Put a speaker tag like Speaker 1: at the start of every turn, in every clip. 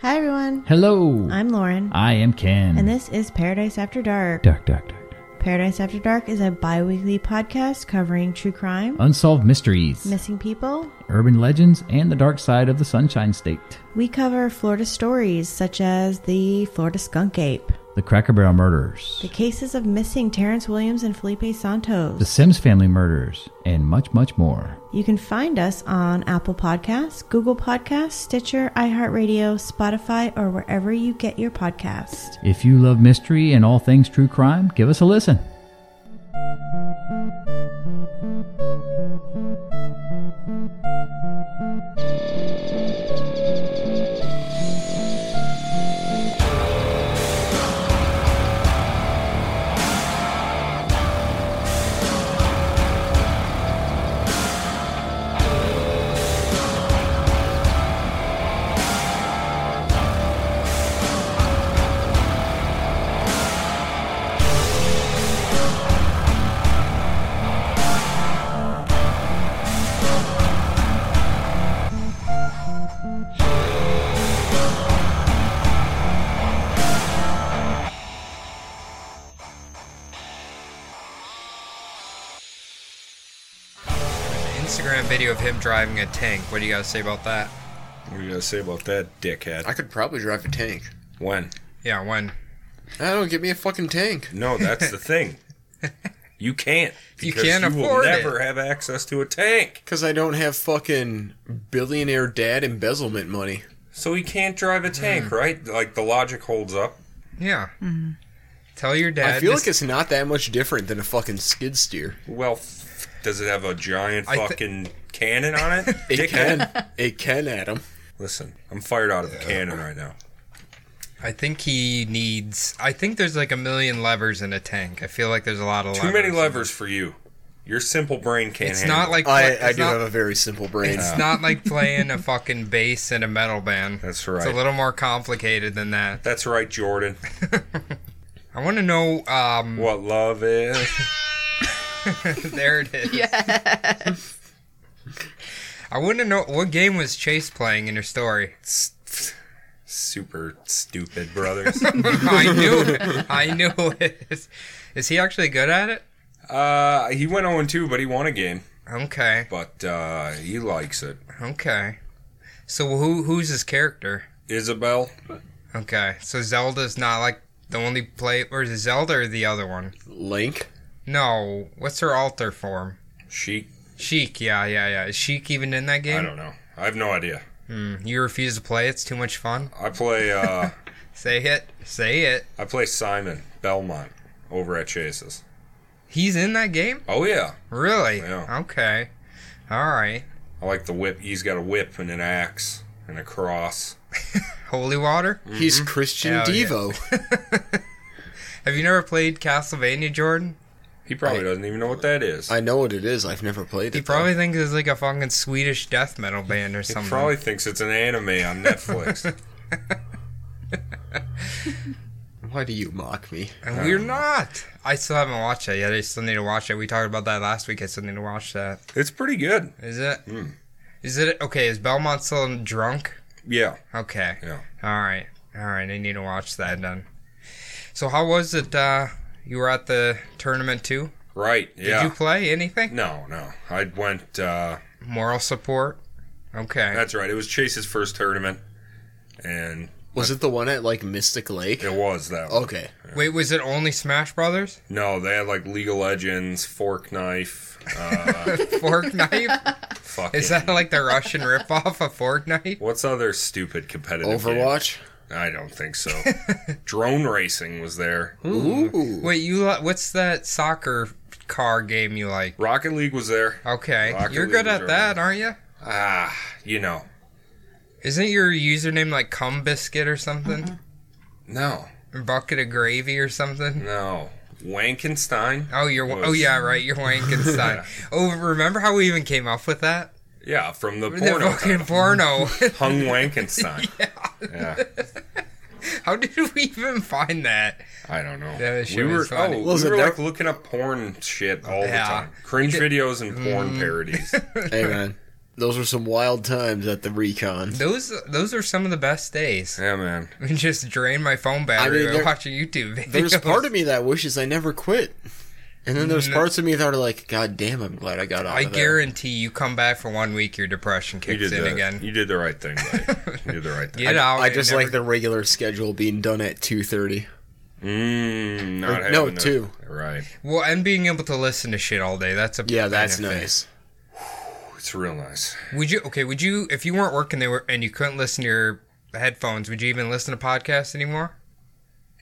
Speaker 1: Hi, everyone.
Speaker 2: Hello.
Speaker 1: I'm Lauren,
Speaker 2: I am Ken.
Speaker 1: and this is Paradise After Dark.
Speaker 2: Dark, dark, dark.
Speaker 1: Paradise After Dark is a bi weekly podcast covering true crime,
Speaker 2: Unsolved mysteries,
Speaker 1: missing people.
Speaker 2: urban legends, and the dark side of the Sunshine State.
Speaker 1: We cover Florida stories such as the Florida skunk ape,
Speaker 2: The Cracker Barrel murders,
Speaker 1: the cases of missing Terrence Williams and Felipe
Speaker 2: the
Speaker 1: Santos.
Speaker 2: Sims family murders, and much, much more.
Speaker 1: You can find us on Apple Podcasts, Google Podcasts, Stitcher, iHeartRadio, Spotify, or wherever you get your podcast.
Speaker 2: If you love mystery and all things true crime, give us a listen.
Speaker 3: Instagram video of him driving a tank. What do you guys say about that?
Speaker 4: What are you gonna say about that, dickhead?
Speaker 5: I could probably drive a tank.
Speaker 4: when?
Speaker 3: Yeah, when
Speaker 5: I don't give me a fucking tank.
Speaker 4: No, that's the thing. You can't.
Speaker 3: You
Speaker 4: because
Speaker 3: can't
Speaker 4: you
Speaker 3: afford
Speaker 4: will
Speaker 3: it.
Speaker 4: never have access to a tank.
Speaker 5: Because I don't have fucking billionaire dad embezzlement money.
Speaker 4: So he can't drive
Speaker 3: Hmm.
Speaker 4: a tank, right? Like the logic holds up.
Speaker 3: yeah. Tell your dad.
Speaker 5: I feel
Speaker 3: this-
Speaker 5: like it's not that much different than a fucking skid steer.
Speaker 4: Well, f- does it have a giant
Speaker 3: I thi-
Speaker 4: fucking cannon on it?
Speaker 5: It
Speaker 4: dickhead.
Speaker 5: can. It can, Adam.
Speaker 4: Listen, I'm fired out of the cannon right now.
Speaker 3: I think he needs. I think there's like a million levers in a tank. I feel like there's a lot of
Speaker 4: Too
Speaker 3: levers.
Speaker 4: many levers for you. Your simple brain can't.
Speaker 3: It's
Speaker 4: handle
Speaker 3: not
Speaker 4: it.
Speaker 3: like
Speaker 5: I,
Speaker 3: it's
Speaker 5: I do
Speaker 3: not,
Speaker 5: have a very simple brain.
Speaker 3: It's not like playing a fucking bass in a metal band.
Speaker 4: That's
Speaker 3: It's
Speaker 4: right.
Speaker 3: a little more complicated than that.
Speaker 4: That's right, Jordan.
Speaker 3: I want to know. Um,
Speaker 4: What love is?
Speaker 3: there it is. Yes. I want to know what game was Chase playing in your story.
Speaker 4: S- Super stupid brothers.
Speaker 3: I knew it. I knew it. Is, is he actually good at it?
Speaker 4: uh, he went 0 2, but he won a game.
Speaker 3: Okay.
Speaker 4: But uh, he likes it.
Speaker 3: Okay. So who who's his character?
Speaker 4: Isabel.
Speaker 3: Okay. So Zelda's not like the only play or is it Zelda or the other one?
Speaker 5: Link.
Speaker 3: No. What's her alter form?
Speaker 4: She,
Speaker 3: Sheik, yeah, yeah, yeah. Is Sheik even in that game?
Speaker 4: I don't know. I have no idea.
Speaker 3: Hmm. You refuse to play, it's too much fun.
Speaker 4: I play, uh,
Speaker 3: Say it. Say it.
Speaker 4: I play Simon Belmont over at Chase's.
Speaker 3: He's in that game?
Speaker 4: Oh yeah,
Speaker 3: Really?
Speaker 4: Yeah.
Speaker 3: Okay. Alright.
Speaker 4: I like the whip. He's got a whip and an axe and a cross.
Speaker 3: Holy water?
Speaker 5: He's Christian
Speaker 3: Mm-hmm. Hell yeah.
Speaker 5: Devo.
Speaker 3: Have you never played Castlevania, Jordan?
Speaker 4: He probably
Speaker 5: I-
Speaker 4: doesn't even know what that is.
Speaker 5: I know what it is. I've never played it.
Speaker 3: He probably thinks it's like a fucking Swedish death metal band or
Speaker 4: he
Speaker 3: something.
Speaker 4: probably thinks it's an anime on Netflix.
Speaker 5: though. Why do you mock me?
Speaker 3: And we're not. I still haven't watched that yet. I still need to watch it. We talked about that last week. I still need to watch that.
Speaker 4: it's pretty good.
Speaker 3: Is it? Is
Speaker 4: Hmm.
Speaker 3: it okay? Is Belmont still drunk?
Speaker 4: Yeah,
Speaker 3: Okay.
Speaker 4: yeah.
Speaker 3: All right. All right. I need to watch that then. So how was it? Uh, you were at the tournament too.
Speaker 4: Right.
Speaker 3: Did
Speaker 4: Yeah.
Speaker 3: you play anything?
Speaker 4: no, no. I went. uh
Speaker 3: Moral support. Okay.
Speaker 4: That's right. It was Chase's first tournament, and
Speaker 5: Was it the one at like Mystic Lake?
Speaker 4: it was that. one.
Speaker 5: Okay.
Speaker 3: Wait, was it only Smash Brothers?
Speaker 4: No, they had like League of Legends, Fork Knife. Uh,
Speaker 3: Fork Knife?
Speaker 4: fucking.
Speaker 3: Is that like the Russian ripoff of Fortnite?
Speaker 4: What's other stupid competitive? game?
Speaker 5: Overwatch.
Speaker 4: I don't think so. Drone racing was there.
Speaker 3: Mm-hmm.
Speaker 5: Ooh.
Speaker 3: Wait, you li- what's that soccer car game you like?
Speaker 4: Rocket League was there.
Speaker 3: Okay,
Speaker 4: Rocket
Speaker 3: you're
Speaker 4: League
Speaker 3: good
Speaker 4: was
Speaker 3: at
Speaker 4: our
Speaker 3: that,
Speaker 4: one.
Speaker 3: aren't you?
Speaker 4: Ah, you know.
Speaker 3: Isn't your username like cum biscuit or something?
Speaker 4: No,
Speaker 3: Or Bucket of gravy or something?
Speaker 4: no. Wankenstein.
Speaker 3: Oh, you're wa- oh
Speaker 4: Was-
Speaker 3: yeah, right. You're Wankenstein. Oh, remember how we even came up with that?
Speaker 4: Yeah, from the
Speaker 3: The
Speaker 4: porno.
Speaker 3: fucking
Speaker 4: title.
Speaker 3: porno.
Speaker 4: Hung Wankenstein. yeah.
Speaker 3: how did we even find that?
Speaker 4: I don't know.
Speaker 3: That shit
Speaker 4: we were
Speaker 3: was funny.
Speaker 4: oh,
Speaker 5: Was
Speaker 4: we
Speaker 5: it
Speaker 4: were
Speaker 5: there-
Speaker 4: like looking up porn shit all
Speaker 3: Yeah. Mm.
Speaker 4: the time. Cringe videos and porn parodies.
Speaker 5: Hey man. Those were some wild times at the recon.
Speaker 3: Those those are some of the best days.
Speaker 4: Yeah, man.
Speaker 3: Just drain my phone battery
Speaker 5: mean,
Speaker 3: by
Speaker 5: there-
Speaker 3: watching YouTube videos.
Speaker 5: There's part of me that wishes I never quit, and then there's
Speaker 3: No.
Speaker 5: parts of me that are like, "God damn, I'm glad I got out."
Speaker 3: I
Speaker 5: of there."
Speaker 3: guarantee you come back for one week, your depression
Speaker 4: You
Speaker 3: kicks
Speaker 4: did
Speaker 3: in
Speaker 4: the,
Speaker 3: again.
Speaker 4: You did the right thing. Buddy. you did the right thing.
Speaker 3: Get out.
Speaker 5: I
Speaker 3: and
Speaker 5: just
Speaker 3: never-
Speaker 5: like the regular schedule being done at two thirty.
Speaker 4: Mm, not
Speaker 5: Or-
Speaker 4: having
Speaker 5: no,
Speaker 4: those-
Speaker 5: two.
Speaker 4: Right.
Speaker 3: well, and being able to listen to shit all day. That's a
Speaker 5: Yeah, that's
Speaker 3: benefit.
Speaker 5: nice.
Speaker 4: It's real nice.
Speaker 3: Would you okay? Would you if you weren't working there and you couldn't listen to your headphones? Would you even listen to podcasts anymore?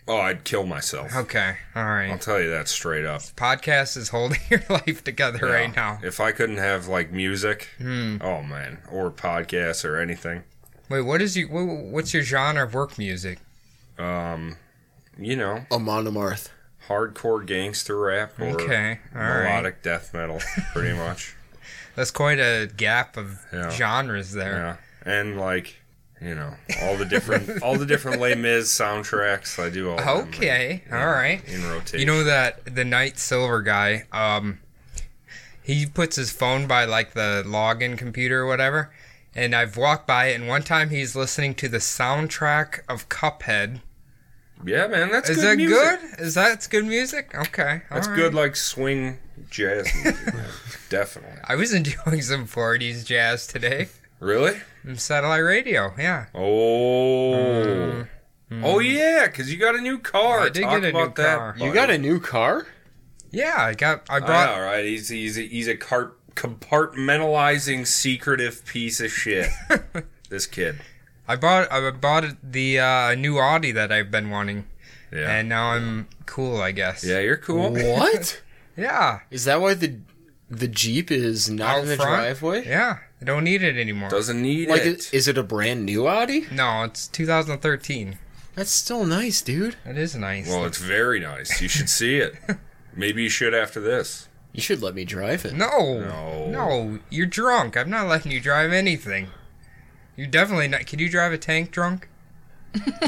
Speaker 4: Oh, I'd kill myself.
Speaker 3: Okay, all
Speaker 4: I'll
Speaker 3: right.
Speaker 4: tell you that straight up.
Speaker 3: Podcast is holding your life together right now.
Speaker 4: If I couldn't have like music,
Speaker 3: Hmm.
Speaker 4: oh man, or podcasts or anything,
Speaker 3: Wait, what is your wha- what's your genre of work music?
Speaker 4: um, you know,
Speaker 5: A monomarth.
Speaker 4: hardcore gangster rap or
Speaker 3: Okay, all right.
Speaker 4: melodic death metal, pretty much.
Speaker 3: That's quite a gap of
Speaker 4: Yeah.
Speaker 3: genres there.
Speaker 4: yeah, and like you know, all the different all the different Les Mis soundtracks. I do all. of them,
Speaker 3: Okay,
Speaker 4: like,
Speaker 3: all right.
Speaker 4: in rotation.
Speaker 3: You know that the Night Silver guy, um, he puts his phone by like the login computer or whatever. And I've walked by it, and one time he's listening to the soundtrack of Cuphead.
Speaker 4: yeah, man, that's
Speaker 3: Is
Speaker 4: good
Speaker 3: that
Speaker 4: music.
Speaker 3: good? Is that it's good music? Okay, all
Speaker 4: That's
Speaker 3: right.
Speaker 4: good, like swing jazz. music, man. Definitely.
Speaker 3: I was enjoying some 40s jazz today
Speaker 4: Really?
Speaker 3: from satellite radio. Yeah,
Speaker 4: Oh. Oh yeah, because you got a new car.
Speaker 3: Mm-hmm. I did
Speaker 4: Talk
Speaker 3: get a new
Speaker 4: about that,
Speaker 3: car.
Speaker 5: You
Speaker 4: buddy.
Speaker 5: got a new car?
Speaker 3: yeah. I got. I
Speaker 4: I
Speaker 3: brought.
Speaker 4: know, right? He's he's a, he's a cart compartmentalizing secretive piece of shit. this kid.
Speaker 3: I bought. I bought the uh, new Audi that I've been wanting,
Speaker 4: Yeah.
Speaker 3: and now I'm cool. I guess.
Speaker 4: yeah, you're cool.
Speaker 5: What?
Speaker 3: Yeah.
Speaker 5: Is that why the the Jeep is not
Speaker 3: Out
Speaker 5: in the
Speaker 3: front?
Speaker 5: driveway?
Speaker 3: Yeah. I don't need it anymore.
Speaker 4: Doesn't need
Speaker 5: Like,
Speaker 4: it.
Speaker 5: is, is it a brand new Audi?
Speaker 3: no, it's 2013.
Speaker 5: That's still nice, dude.
Speaker 3: That is nice.
Speaker 4: well, it's very nice. You should see it. Maybe you should after this.
Speaker 5: You should let me drive it.
Speaker 3: no.
Speaker 4: No.
Speaker 3: No. You're drunk. I'm not letting you drive anything. You're definitely not. Can you drive a tank drunk?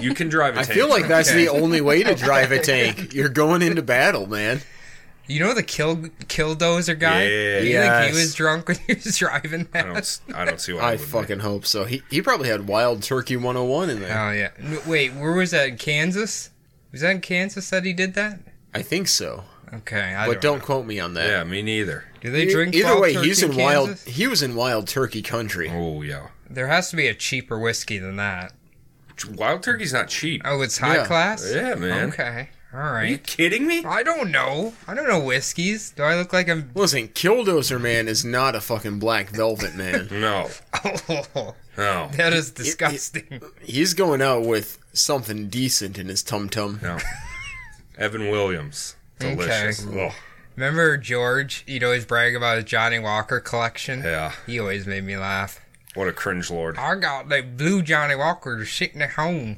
Speaker 4: You can drive a
Speaker 5: I
Speaker 4: tank.
Speaker 5: feel like
Speaker 4: truck.
Speaker 5: that's the only way to drive a tank. You're going into battle, man.
Speaker 3: You know the kill killdozer guy.
Speaker 4: Yeah.
Speaker 3: You think
Speaker 5: Yes.
Speaker 3: he was drunk when he was driving that?
Speaker 4: I don't. s- I don't see why.
Speaker 5: I
Speaker 4: it wouldn't
Speaker 5: fucking hope so. He he probably had Wild Turkey 101 in there.
Speaker 3: Oh yeah. N- Wait, where was that? In Kansas? Was that in Kansas that he did that?
Speaker 5: I think so,
Speaker 3: Okay, I
Speaker 5: but
Speaker 3: don't.
Speaker 5: don't quote me on
Speaker 4: be.
Speaker 5: that. E-,
Speaker 4: Yeah, me neither.
Speaker 3: Do they drink?
Speaker 5: Either
Speaker 3: wild
Speaker 5: way,
Speaker 3: turkey
Speaker 5: he's in wild.
Speaker 3: Kansas?
Speaker 5: He was in Wild Turkey country.
Speaker 4: Oh yeah.
Speaker 3: There has to be a cheaper whiskey than that.
Speaker 4: Wild turkey's not cheap.
Speaker 3: Oh, it's high
Speaker 5: Yeah.
Speaker 3: class.
Speaker 4: Yeah, man.
Speaker 3: Okay. All
Speaker 4: Are you
Speaker 3: right.
Speaker 4: kidding me?
Speaker 3: I don't know. I don't know whiskeys. Do I look like I'm?
Speaker 5: Listen, Killdozer Man is not a fucking black velvet man.
Speaker 4: No.
Speaker 3: Oh,
Speaker 4: No.
Speaker 3: that is disgusting.
Speaker 5: He's going out with something decent in his tum tum.
Speaker 4: No. Evan Williams. Delicious. Oh, Ugh.
Speaker 3: Remember George? He'd always brag about his Johnny Walker collection.
Speaker 4: Yeah.
Speaker 3: He always made me laugh.
Speaker 4: What a cringe lord.
Speaker 3: I got the blue Johnny Walker sitting at home.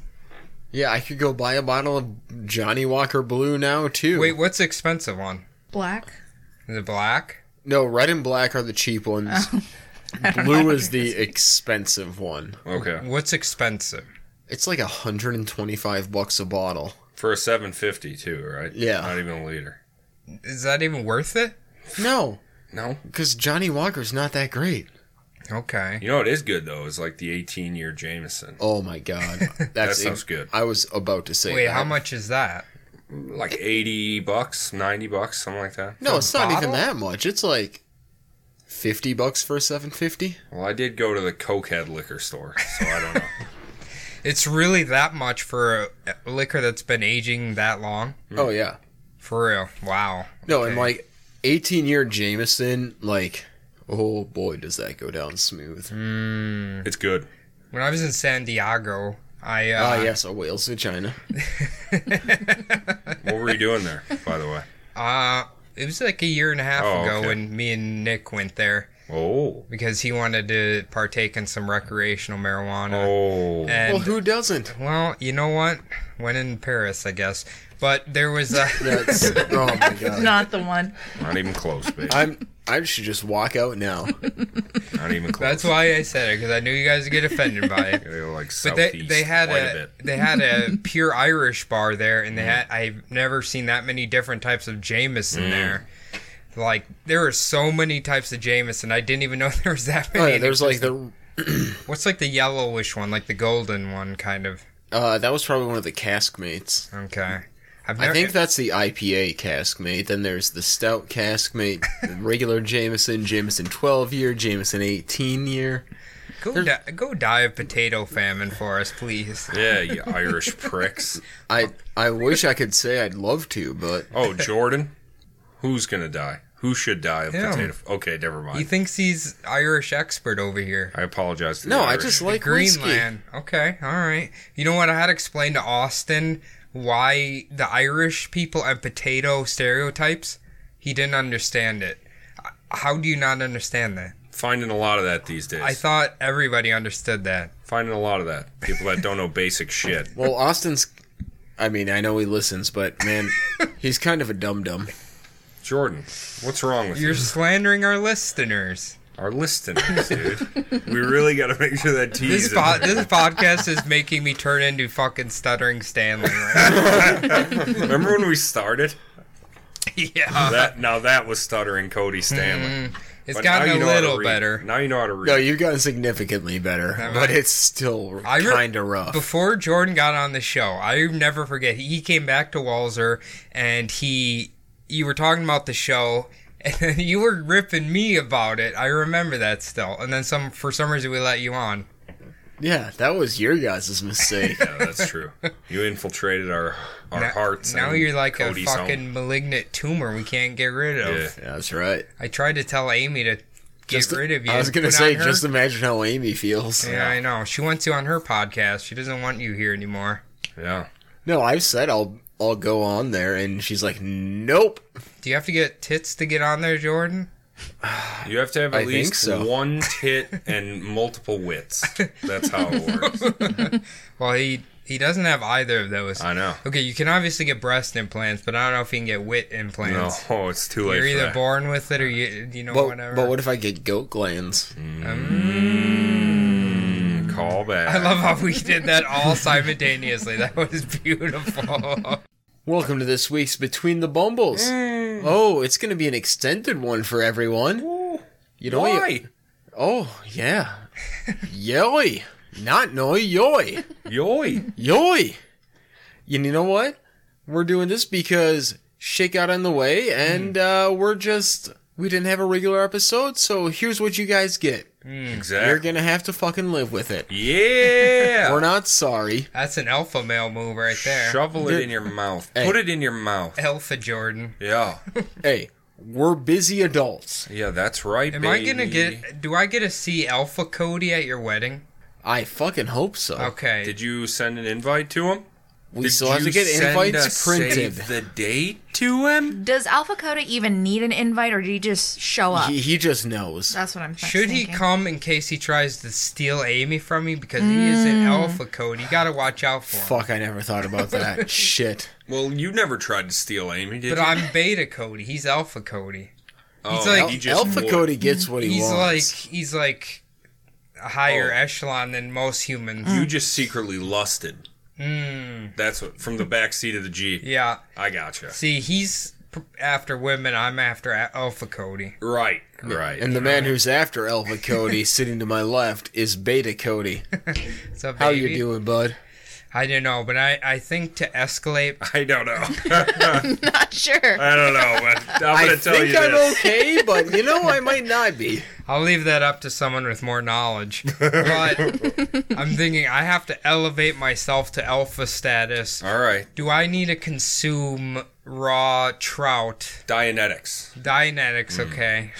Speaker 5: Yeah, I could go buy a bottle of Johnny Walker Blue now too.
Speaker 3: Wait, what's the expensive one?
Speaker 1: Black.
Speaker 3: Is it black?
Speaker 5: no, red and black are the cheap ones.
Speaker 3: Oh.
Speaker 5: Blue is the expensive one.
Speaker 4: Okay.
Speaker 3: What's expensive?
Speaker 5: It's like 125 bucks a bottle.
Speaker 4: For a 750 too, right?
Speaker 5: Yeah.
Speaker 4: Not even a liter.
Speaker 3: Is that even worth it?
Speaker 5: No,
Speaker 4: No.
Speaker 5: because Johnny Walker's not that great.
Speaker 3: Okay.
Speaker 4: You know what is good though is like the 18 year Jameson.
Speaker 5: Oh my god, that's
Speaker 4: That sounds good.
Speaker 5: I was about to say.
Speaker 3: Wait,
Speaker 5: that.
Speaker 3: how much is that?
Speaker 4: Like 80 bucks, 90 bucks, something like that.
Speaker 5: No, it's not even
Speaker 3: bottle?
Speaker 5: that much. It's like fifty bucks for a seven fifty.
Speaker 4: Well, I did go to the Cokehead liquor store, so I don't know.
Speaker 3: It's really that much for a liquor that's been aging that long?
Speaker 5: Oh yeah.
Speaker 3: For real. Wow.
Speaker 5: No, and like eighteen year Jameson, like oh boy, does that go down smooth.
Speaker 4: it's good.
Speaker 3: When I was in San Diego, I uh,
Speaker 5: Ah yes, a whale's vagina.
Speaker 4: What were you doing there, by the way?
Speaker 3: uh it was like a year and a half
Speaker 4: Oh,
Speaker 3: ago
Speaker 4: okay.
Speaker 3: when me and Nick went there
Speaker 4: Oh.
Speaker 3: because he wanted to partake in some recreational marijuana.
Speaker 4: Oh.
Speaker 5: Well,
Speaker 3: And
Speaker 5: who doesn't?
Speaker 3: well, you know what? When in Paris, I guess. But there was a
Speaker 5: That's oh my god.
Speaker 1: Not the one.
Speaker 4: Not even close, baby.
Speaker 5: I'm I should just walk out now.
Speaker 4: Not even close.
Speaker 3: That's why I said it because I knew you guys would get offended by it.
Speaker 4: They were like
Speaker 3: But
Speaker 4: southeast
Speaker 3: they, they had
Speaker 4: quite
Speaker 3: a,
Speaker 4: bit. Mm.
Speaker 3: they had a pure Irish bar there, and they had I've never seen that many different types of Jameson there. Like there are so many types of Jameson. I didn't even know there was that many.
Speaker 5: Oh, yeah, there's like the
Speaker 3: What's like the yellowish one, like the golden one, kind of?
Speaker 5: uh, that was probably one of the cask mates.
Speaker 3: Okay. I've
Speaker 5: I think that's the IPA cask mate. Then there's the stout cask mate, the regular Jameson, Jameson 12 year, Jameson 18 year.
Speaker 3: go, di- go die of potato famine for us, please.
Speaker 4: Yeah, you Irish pricks.
Speaker 5: I I wish I could say I'd love to, but
Speaker 4: Oh, Jordan, who's gonna die? Who should die of
Speaker 3: Him.
Speaker 4: potato? Okay, never mind.
Speaker 3: He thinks he's Irish expert over here.
Speaker 4: I apologize. To the
Speaker 5: no, I
Speaker 4: Irish.
Speaker 5: just like Greenland.
Speaker 3: Greenland. Okay, all right. You know what? I had to explain to Austin why the Irish people and potato stereotypes. He didn't understand it. Uh, How do you not understand that?
Speaker 4: finding a lot of that these days.
Speaker 3: I thought everybody understood that.
Speaker 4: finding a lot of that. People that don't know basic shit.
Speaker 5: Well, Austin's. I mean, I know he listens, but man, he's kind of a dum dum.
Speaker 4: Jordan, what's wrong with you?
Speaker 3: You're slandering our listeners.
Speaker 4: Our listeners, dude. we really got to make sure that tease.
Speaker 3: This,
Speaker 4: is-
Speaker 3: po- this podcast is making me turn into fucking stuttering Stanley. Right?
Speaker 4: Remember when we started?
Speaker 3: yeah,
Speaker 4: That now that was stuttering Cody Stanley.
Speaker 3: Uh, Mm-hmm. it's
Speaker 4: But now
Speaker 3: gotten
Speaker 4: you
Speaker 3: a
Speaker 4: know how to
Speaker 3: little
Speaker 4: read.
Speaker 3: better.
Speaker 4: Now you know how to read.
Speaker 5: No, you've gotten significantly better, but it's still
Speaker 3: I re-
Speaker 5: kind of rough.
Speaker 3: Before Jordan got on the show, I never forget. He came back to Walzer, and he, you were talking about the show, and then you were ripping me about it. I remember that still. And then some, for some reason, we let you on.
Speaker 5: yeah, that was your guys' mistake.
Speaker 4: Yeah, that's true. You infiltrated our our
Speaker 3: Now-
Speaker 4: hearts.
Speaker 3: Now
Speaker 4: and
Speaker 3: you're like
Speaker 4: Cody's
Speaker 3: a
Speaker 4: home.
Speaker 3: fucking malignant tumor we can't get rid of.
Speaker 4: Yeah.
Speaker 5: Yeah, that's right.
Speaker 3: I tried to tell Amy to get
Speaker 5: Just-
Speaker 3: rid of you.
Speaker 5: I was gonna
Speaker 3: put
Speaker 5: say,
Speaker 3: on her-
Speaker 5: just imagine how Amy feels.
Speaker 3: Yeah, I know. She wants you on her podcast. She doesn't want you here anymore.
Speaker 4: Yeah.
Speaker 5: No, I've said I'll I'll go on there, and she's like, "Nope."
Speaker 3: Do you have to get tits to get on there, Jordan?
Speaker 4: You have to have at
Speaker 5: I think
Speaker 4: least
Speaker 5: so.
Speaker 4: one tit and multiple wits. That's how it works.
Speaker 3: Well, he he doesn't have either of those.
Speaker 4: I know.
Speaker 3: Okay, you can obviously get breast implants, but I don't know if you can get wit
Speaker 4: No,
Speaker 3: implants.
Speaker 4: oh, it's too late.
Speaker 3: You're
Speaker 4: for
Speaker 3: either
Speaker 4: that.
Speaker 3: born with it or you you know
Speaker 5: But,
Speaker 3: Oh, whatever.
Speaker 5: but what if I get goat glands?
Speaker 4: Mm, Call back.
Speaker 3: I love how we did that all simultaneously. That was beautiful.
Speaker 5: Welcome to this week's Between the Bumbles. Oh, it's gonna be an extended one for everyone. You know
Speaker 4: Why?
Speaker 5: You, oh yeah, yoy, not no yoy,
Speaker 4: Yoy.
Speaker 5: yoy. And you know what? We're doing this because shakeout on the way, and uh, we're just we didn't have a regular episode, so here's what you guys get. You're
Speaker 4: Exactly.
Speaker 5: gonna have to fucking live with it.
Speaker 4: Yeah.
Speaker 5: We're not sorry.
Speaker 3: That's an alpha male move right there.
Speaker 4: Shovel it in your mouth.
Speaker 5: Hey.
Speaker 4: Put it in your mouth.
Speaker 3: Alpha Jordan.
Speaker 4: Yeah.
Speaker 5: Hey, we're busy adults.
Speaker 4: Yeah, that's right,
Speaker 3: Am I
Speaker 4: baby.
Speaker 3: gonna get? Do I get to see Alpha Cody at your wedding?
Speaker 5: I fucking hope so.
Speaker 3: Okay.
Speaker 4: Did you send an invite to him?
Speaker 5: We
Speaker 4: Did
Speaker 5: still have
Speaker 4: you
Speaker 5: to get
Speaker 4: send a
Speaker 5: invites printed.
Speaker 4: Save the date to him?
Speaker 6: Does Alpha Coda even need an invite, or did he just show up?
Speaker 5: He, he just knows.
Speaker 6: That's what I'm.
Speaker 3: Should he
Speaker 6: thinking.
Speaker 3: come in case he tries to steal Amy from me? Because he is an alpha code. You gotta watch out for him.
Speaker 5: Fuck, I never thought about that. Shit.
Speaker 4: Well, you never tried to steal Amy, did
Speaker 3: But
Speaker 4: you?
Speaker 3: I'm beta Cody. He's alpha Cody.
Speaker 4: Oh,
Speaker 3: he's like-
Speaker 5: Al-
Speaker 3: He
Speaker 5: Alpha
Speaker 4: would.
Speaker 5: Cody gets what he
Speaker 3: He's
Speaker 5: wants.
Speaker 3: like he's like a higher
Speaker 4: Oh.
Speaker 3: echelon than most humans. Mm.
Speaker 4: You just secretly lusted. That's what from the back seat of the Jeep.
Speaker 3: Yeah.
Speaker 4: I gotcha.
Speaker 3: See, he's p- after women. I'm after a- alpha Cody.
Speaker 4: Right, right.
Speaker 5: and the man who's after Alpha Cody, sitting to my left, is Beta Cody.
Speaker 3: What's up,
Speaker 5: How
Speaker 3: baby?
Speaker 5: you doing, bud?
Speaker 3: I don't know, but I I think to escalate.
Speaker 4: I don't know.
Speaker 6: Not sure.
Speaker 4: I don't know. But I'm
Speaker 5: I
Speaker 4: gonna tell
Speaker 5: think
Speaker 4: you
Speaker 5: I'm
Speaker 4: this.
Speaker 5: okay, but you know I might not be.
Speaker 3: I'll leave that up to someone with more knowledge. But I'm thinking I have to elevate myself to alpha status.
Speaker 4: All right,
Speaker 3: Do I need to consume raw trout?
Speaker 4: Dianetics.
Speaker 3: Dianetics, okay.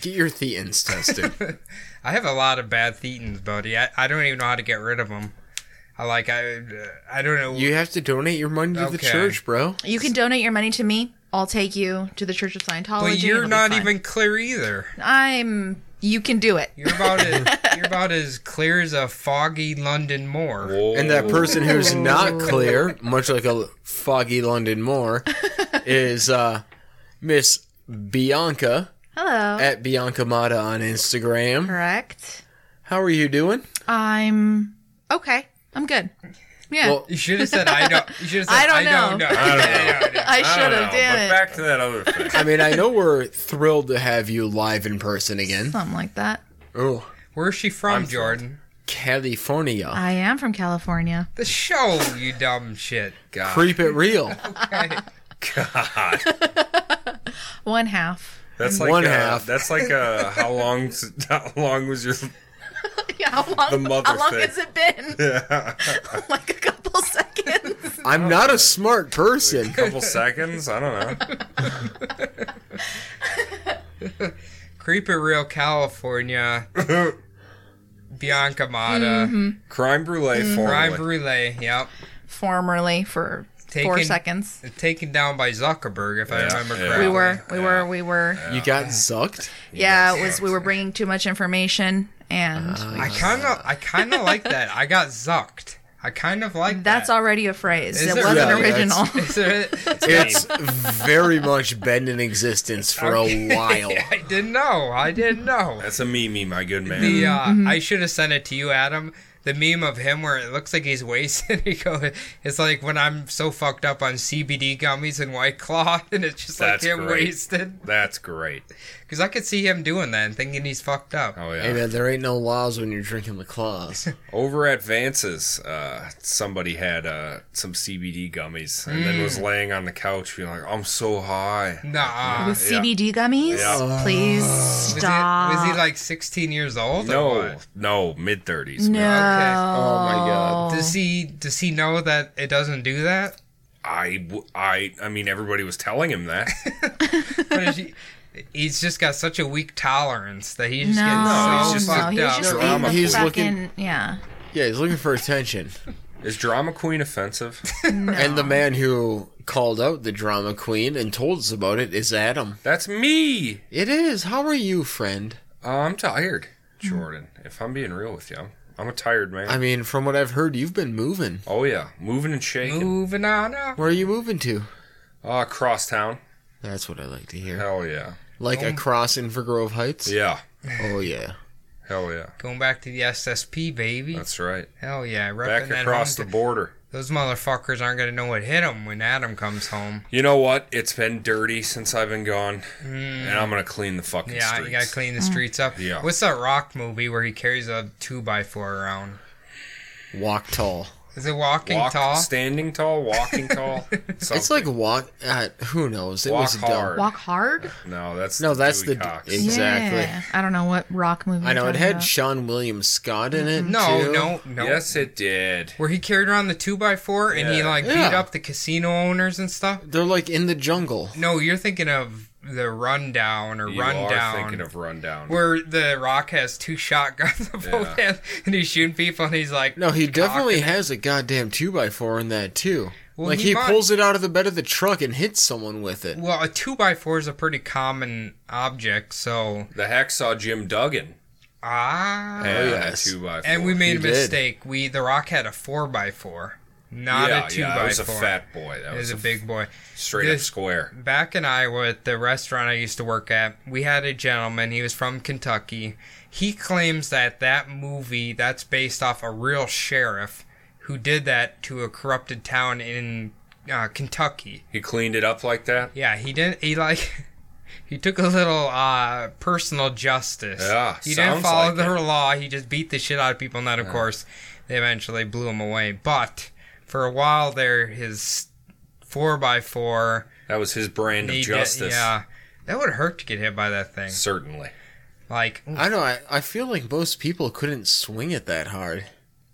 Speaker 5: Get your thetans tested.
Speaker 3: I have a lot of bad thetans, buddy. I, I don't even know how to get rid of them. I like I uh, I don't know.
Speaker 5: You have to donate your money to the
Speaker 3: Okay.
Speaker 5: church, bro.
Speaker 6: You can donate your money to me. I'll take you to the Church of Scientology.
Speaker 3: but you're
Speaker 6: it'll be
Speaker 3: not
Speaker 6: fine.
Speaker 3: even clear either.
Speaker 6: I'm. You can do it.
Speaker 3: You're about as you're about as clear as a foggy London moor.
Speaker 5: And that person who's not clear, much like a foggy London moor, is uh, Miss Bianca
Speaker 6: Hello.
Speaker 5: at Bianca Mata on Instagram.
Speaker 6: Correct.
Speaker 5: How are you doing?
Speaker 6: I'm okay. I'm good. Yeah.
Speaker 5: Well,
Speaker 3: You should have said I don't. You should have said
Speaker 6: I
Speaker 3: I
Speaker 6: don't
Speaker 3: don't,
Speaker 6: know.
Speaker 3: know.
Speaker 4: I don't know.
Speaker 6: I should have,
Speaker 4: But
Speaker 6: damn it.
Speaker 4: back to that other thing.
Speaker 5: I mean, I know we're thrilled to have you live in person again.
Speaker 6: Something like that.
Speaker 5: Oh,
Speaker 3: Where's she from, Jordan?
Speaker 5: California.
Speaker 6: I am from California.
Speaker 3: The show, you dumb shit.
Speaker 4: God.
Speaker 5: Creep it real.
Speaker 3: Okay.
Speaker 4: God.
Speaker 6: One half.
Speaker 4: That's like
Speaker 5: One
Speaker 4: uh,
Speaker 5: half.
Speaker 4: That's like uh, how long? How long was your?
Speaker 6: Yeah, how long,
Speaker 4: The mother
Speaker 6: how long
Speaker 4: thing.
Speaker 6: has it been? like a couple seconds.
Speaker 5: I'm not a smart person.
Speaker 4: couple seconds? I don't know.
Speaker 3: Creep it real, California. Bianca Mata.
Speaker 4: Crime brulee formerly.
Speaker 3: Ryan Brulee. Yep.
Speaker 6: Formerly for four
Speaker 3: Taken-
Speaker 6: seconds.
Speaker 3: Taken down by Zuckerberg, if I
Speaker 4: Yeah,
Speaker 3: remember
Speaker 4: yeah.
Speaker 3: correctly.
Speaker 6: We were, we were, we were.
Speaker 5: You got zucked?
Speaker 6: Yeah, it was. We were bringing too much information, and
Speaker 5: Uh-huh.
Speaker 6: we-
Speaker 3: I kind of, I kind of like that. I got zucked. I kind of like
Speaker 6: that's
Speaker 3: that.
Speaker 6: already a phrase.
Speaker 3: Is
Speaker 6: it
Speaker 3: it
Speaker 6: wasn't
Speaker 5: really?
Speaker 6: original.
Speaker 3: Is there,
Speaker 5: It's very much been in existence for a while.
Speaker 3: I didn't know. I didn't know.
Speaker 4: That's a meme, my good man.
Speaker 3: The uh,
Speaker 6: Mm-hmm.
Speaker 3: I should have sent it to you, Adam. The meme of him where it looks like he's wasted. He go, it's like when I'm so fucked up on CBD gummies and White Claw, and it's just
Speaker 4: That's
Speaker 3: like him
Speaker 4: great.
Speaker 3: wasted.
Speaker 4: That's great.
Speaker 3: Because I could see him doing that and thinking he's fucked up.
Speaker 4: Oh
Speaker 5: Hey
Speaker 4: yeah.
Speaker 5: man, there ain't no laws when you're drinking the claws.
Speaker 4: Over at Vance's, uh, somebody had uh, some CBD gummies and then
Speaker 3: Mm.
Speaker 4: was laying on the couch, being like, "I'm so high."
Speaker 3: Nah.
Speaker 6: With CBD gummies,
Speaker 5: Oh.
Speaker 4: Yeah.
Speaker 6: please
Speaker 3: Was he,
Speaker 6: stop.
Speaker 3: was he like 16 years old? Or
Speaker 4: No,
Speaker 3: what?
Speaker 4: no, mid thirties.
Speaker 6: no.
Speaker 3: Okay.
Speaker 5: Oh my god.
Speaker 3: Does he does he know that it doesn't do that?
Speaker 4: I, w- I, I mean, everybody was telling him that.
Speaker 3: But is he, he's just got such a weak tolerance that he just
Speaker 6: no,
Speaker 3: gets
Speaker 4: he's
Speaker 3: so
Speaker 4: just a
Speaker 6: no,
Speaker 3: fucked
Speaker 6: he was
Speaker 3: up.
Speaker 6: just being
Speaker 4: Drama
Speaker 6: the
Speaker 5: He's
Speaker 6: fucking
Speaker 5: looking-
Speaker 6: yeah.
Speaker 5: Yeah, he's looking for attention.
Speaker 4: Is drama queen offensive?
Speaker 5: And the man who called out the drama queen and told us about it is Adam.
Speaker 4: That's me.
Speaker 5: It is. How are you, friend?
Speaker 4: Uh, I'm tired,
Speaker 3: Mm.
Speaker 4: Jordan. If I'm being real with you, I'm a tired man.
Speaker 5: I mean, from what I've heard, you've been moving.
Speaker 4: oh yeah, moving and shaking.
Speaker 3: Moving on up.
Speaker 5: Where are you moving to?
Speaker 4: Uh, crosstown.
Speaker 5: That's what I like to hear.
Speaker 4: Hell yeah.
Speaker 5: Like a cross in for Grove Heights?
Speaker 4: Yeah.
Speaker 5: Oh, yeah.
Speaker 4: Hell yeah.
Speaker 3: Going back to the SSP, baby.
Speaker 4: That's right.
Speaker 3: Hell yeah. Repping
Speaker 4: Back
Speaker 3: that
Speaker 4: across the
Speaker 3: home.
Speaker 4: border.
Speaker 3: Those motherfuckers aren't going to know what hit them when Adam comes home.
Speaker 4: You know what? It's been dirty since I've been gone, and I'm gonna clean the fucking
Speaker 3: Yeah,
Speaker 4: streets.
Speaker 3: you got to clean the streets up.
Speaker 4: Yeah.
Speaker 3: What's that rock movie where he carries a 2x4 around?
Speaker 5: Walk tall.
Speaker 3: Is it Walking
Speaker 4: Walk,
Speaker 3: Tall?
Speaker 4: standing tall, walking tall.
Speaker 5: It's like walk. Uh, who knows? It
Speaker 4: Walk
Speaker 5: was a dumb-
Speaker 4: hard.
Speaker 6: Walk hard.
Speaker 4: no, that's
Speaker 5: No, that's
Speaker 4: Dewey
Speaker 5: the-
Speaker 4: Cox.
Speaker 5: it- Exactly.
Speaker 6: Yeah. I don't know what rock movie.
Speaker 5: I
Speaker 6: you're
Speaker 5: know it
Speaker 6: talking
Speaker 5: had
Speaker 6: about.
Speaker 5: Sean William Scott in it.
Speaker 3: no,
Speaker 5: too.
Speaker 3: no, no.
Speaker 4: Yes, it did.
Speaker 3: Where he carried around the 2x4 and he,
Speaker 4: Yeah.
Speaker 3: like, beat
Speaker 5: Yeah.
Speaker 3: up the casino owners and stuff?
Speaker 5: They're like in the jungle.
Speaker 3: No, you're thinking of the Rundown or
Speaker 4: You
Speaker 3: Rundown.
Speaker 4: are thinking of rundown.
Speaker 3: where the Rock has two shotguns on both
Speaker 4: Yeah.
Speaker 3: hands and he's shooting people and he's like,
Speaker 5: No, he
Speaker 3: cocking
Speaker 5: definitely
Speaker 3: it.
Speaker 5: has a goddamn two by four in that too.
Speaker 3: Well,
Speaker 5: like
Speaker 3: he
Speaker 5: he,
Speaker 3: might-
Speaker 5: pulls it out of the bed of the truck and hits someone with it.
Speaker 3: Well, a two by four is a pretty common object, so
Speaker 4: the hacksaw Jim Duggan.
Speaker 3: ah.
Speaker 4: had a
Speaker 5: Oh, yes.
Speaker 4: two by
Speaker 3: and we
Speaker 4: four.
Speaker 3: made a
Speaker 5: did.
Speaker 3: mistake. We the Rock had a four by four, not
Speaker 4: yeah,
Speaker 3: a two
Speaker 4: yeah,
Speaker 3: by
Speaker 4: that was
Speaker 3: four.
Speaker 4: a fat boy. That
Speaker 3: It was a
Speaker 4: f-
Speaker 3: big boy.
Speaker 4: straight
Speaker 3: this-
Speaker 4: up square.
Speaker 3: Back in Iowa, at the restaurant I used to work at, we had a gentleman. He was from Kentucky. He claims that that movie that's based off a real sheriff who did that to a corrupted town in uh, Kentucky.
Speaker 4: He cleaned it up like that.
Speaker 3: Yeah, he didn't. He like he took a little uh personal justice.
Speaker 4: Yeah,
Speaker 3: he didn't
Speaker 4: sounds
Speaker 3: follow
Speaker 4: like
Speaker 3: the
Speaker 4: it.
Speaker 3: law. He just beat the shit out of people, and then of course they eventually blew him away. But for a while there, his four x four
Speaker 4: That was his brand of
Speaker 3: he did-
Speaker 4: justice.
Speaker 3: yeah, that would hurt to get hit by that thing.
Speaker 4: Certainly.
Speaker 3: Like ooh,
Speaker 5: I know. I, I feel like most people couldn't swing it that hard.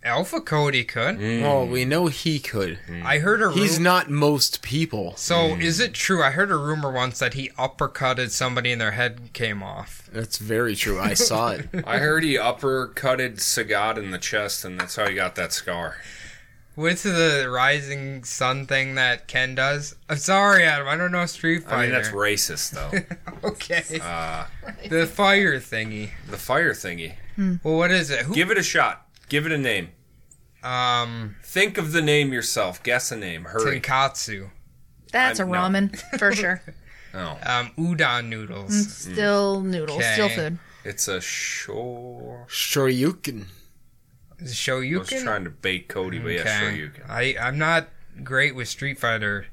Speaker 3: Alpha Cody could.
Speaker 4: Mm.
Speaker 5: Well, we know he could.
Speaker 3: I heard a
Speaker 5: He's
Speaker 3: ru-
Speaker 5: not most people.
Speaker 4: Mm.
Speaker 3: so is it true? I heard a rumor once that he uppercutted somebody and their head came off.
Speaker 5: That's very true. I saw it.
Speaker 4: I heard he uppercutted Sagat in the chest, and that's how he got that scar.
Speaker 3: What's the rising sun thing that Ken does? I'm sorry, Adam. I don't know Street Fighter.
Speaker 4: I mean, that's Uh, racist, though.
Speaker 3: okay. the fire thingy.
Speaker 4: the fire thingy.
Speaker 3: Well, what is it? Who,
Speaker 4: Give it a shot. Give it a name.
Speaker 3: um,
Speaker 4: Think of the name yourself. Guess a name. Hurry.
Speaker 3: tenkatsu.
Speaker 6: That's a
Speaker 4: I'm- no.
Speaker 6: ramen for sure.
Speaker 4: Oh,
Speaker 3: Um, udon noodles.
Speaker 6: Still noodles, still
Speaker 3: Okay.
Speaker 6: food.
Speaker 4: it's a shore.
Speaker 5: Sure, you can.
Speaker 3: Show
Speaker 4: I
Speaker 3: you
Speaker 4: was trying to bait Cody, but yeah, sure you can.
Speaker 3: I I'm not great with Street Fighter.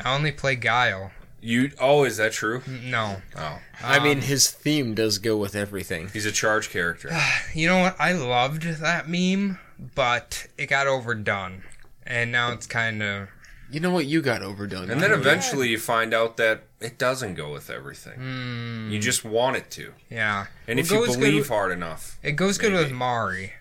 Speaker 3: I only play Guile.
Speaker 4: You oh, is that true?
Speaker 3: No,
Speaker 4: Oh,
Speaker 5: I mean, his theme does go with everything.
Speaker 4: he's a charge character.
Speaker 3: you know what? I loved that meme, but it got overdone, and now it's kind of
Speaker 5: You know what? You got overdone.
Speaker 4: And then
Speaker 3: Oh,
Speaker 4: eventually you find out that it doesn't go with everything. You just want it to.
Speaker 3: yeah.
Speaker 4: And
Speaker 3: It
Speaker 4: if you
Speaker 3: Hmm. goes good
Speaker 4: believe
Speaker 3: with-
Speaker 4: hard enough.
Speaker 3: it goes good with Mari.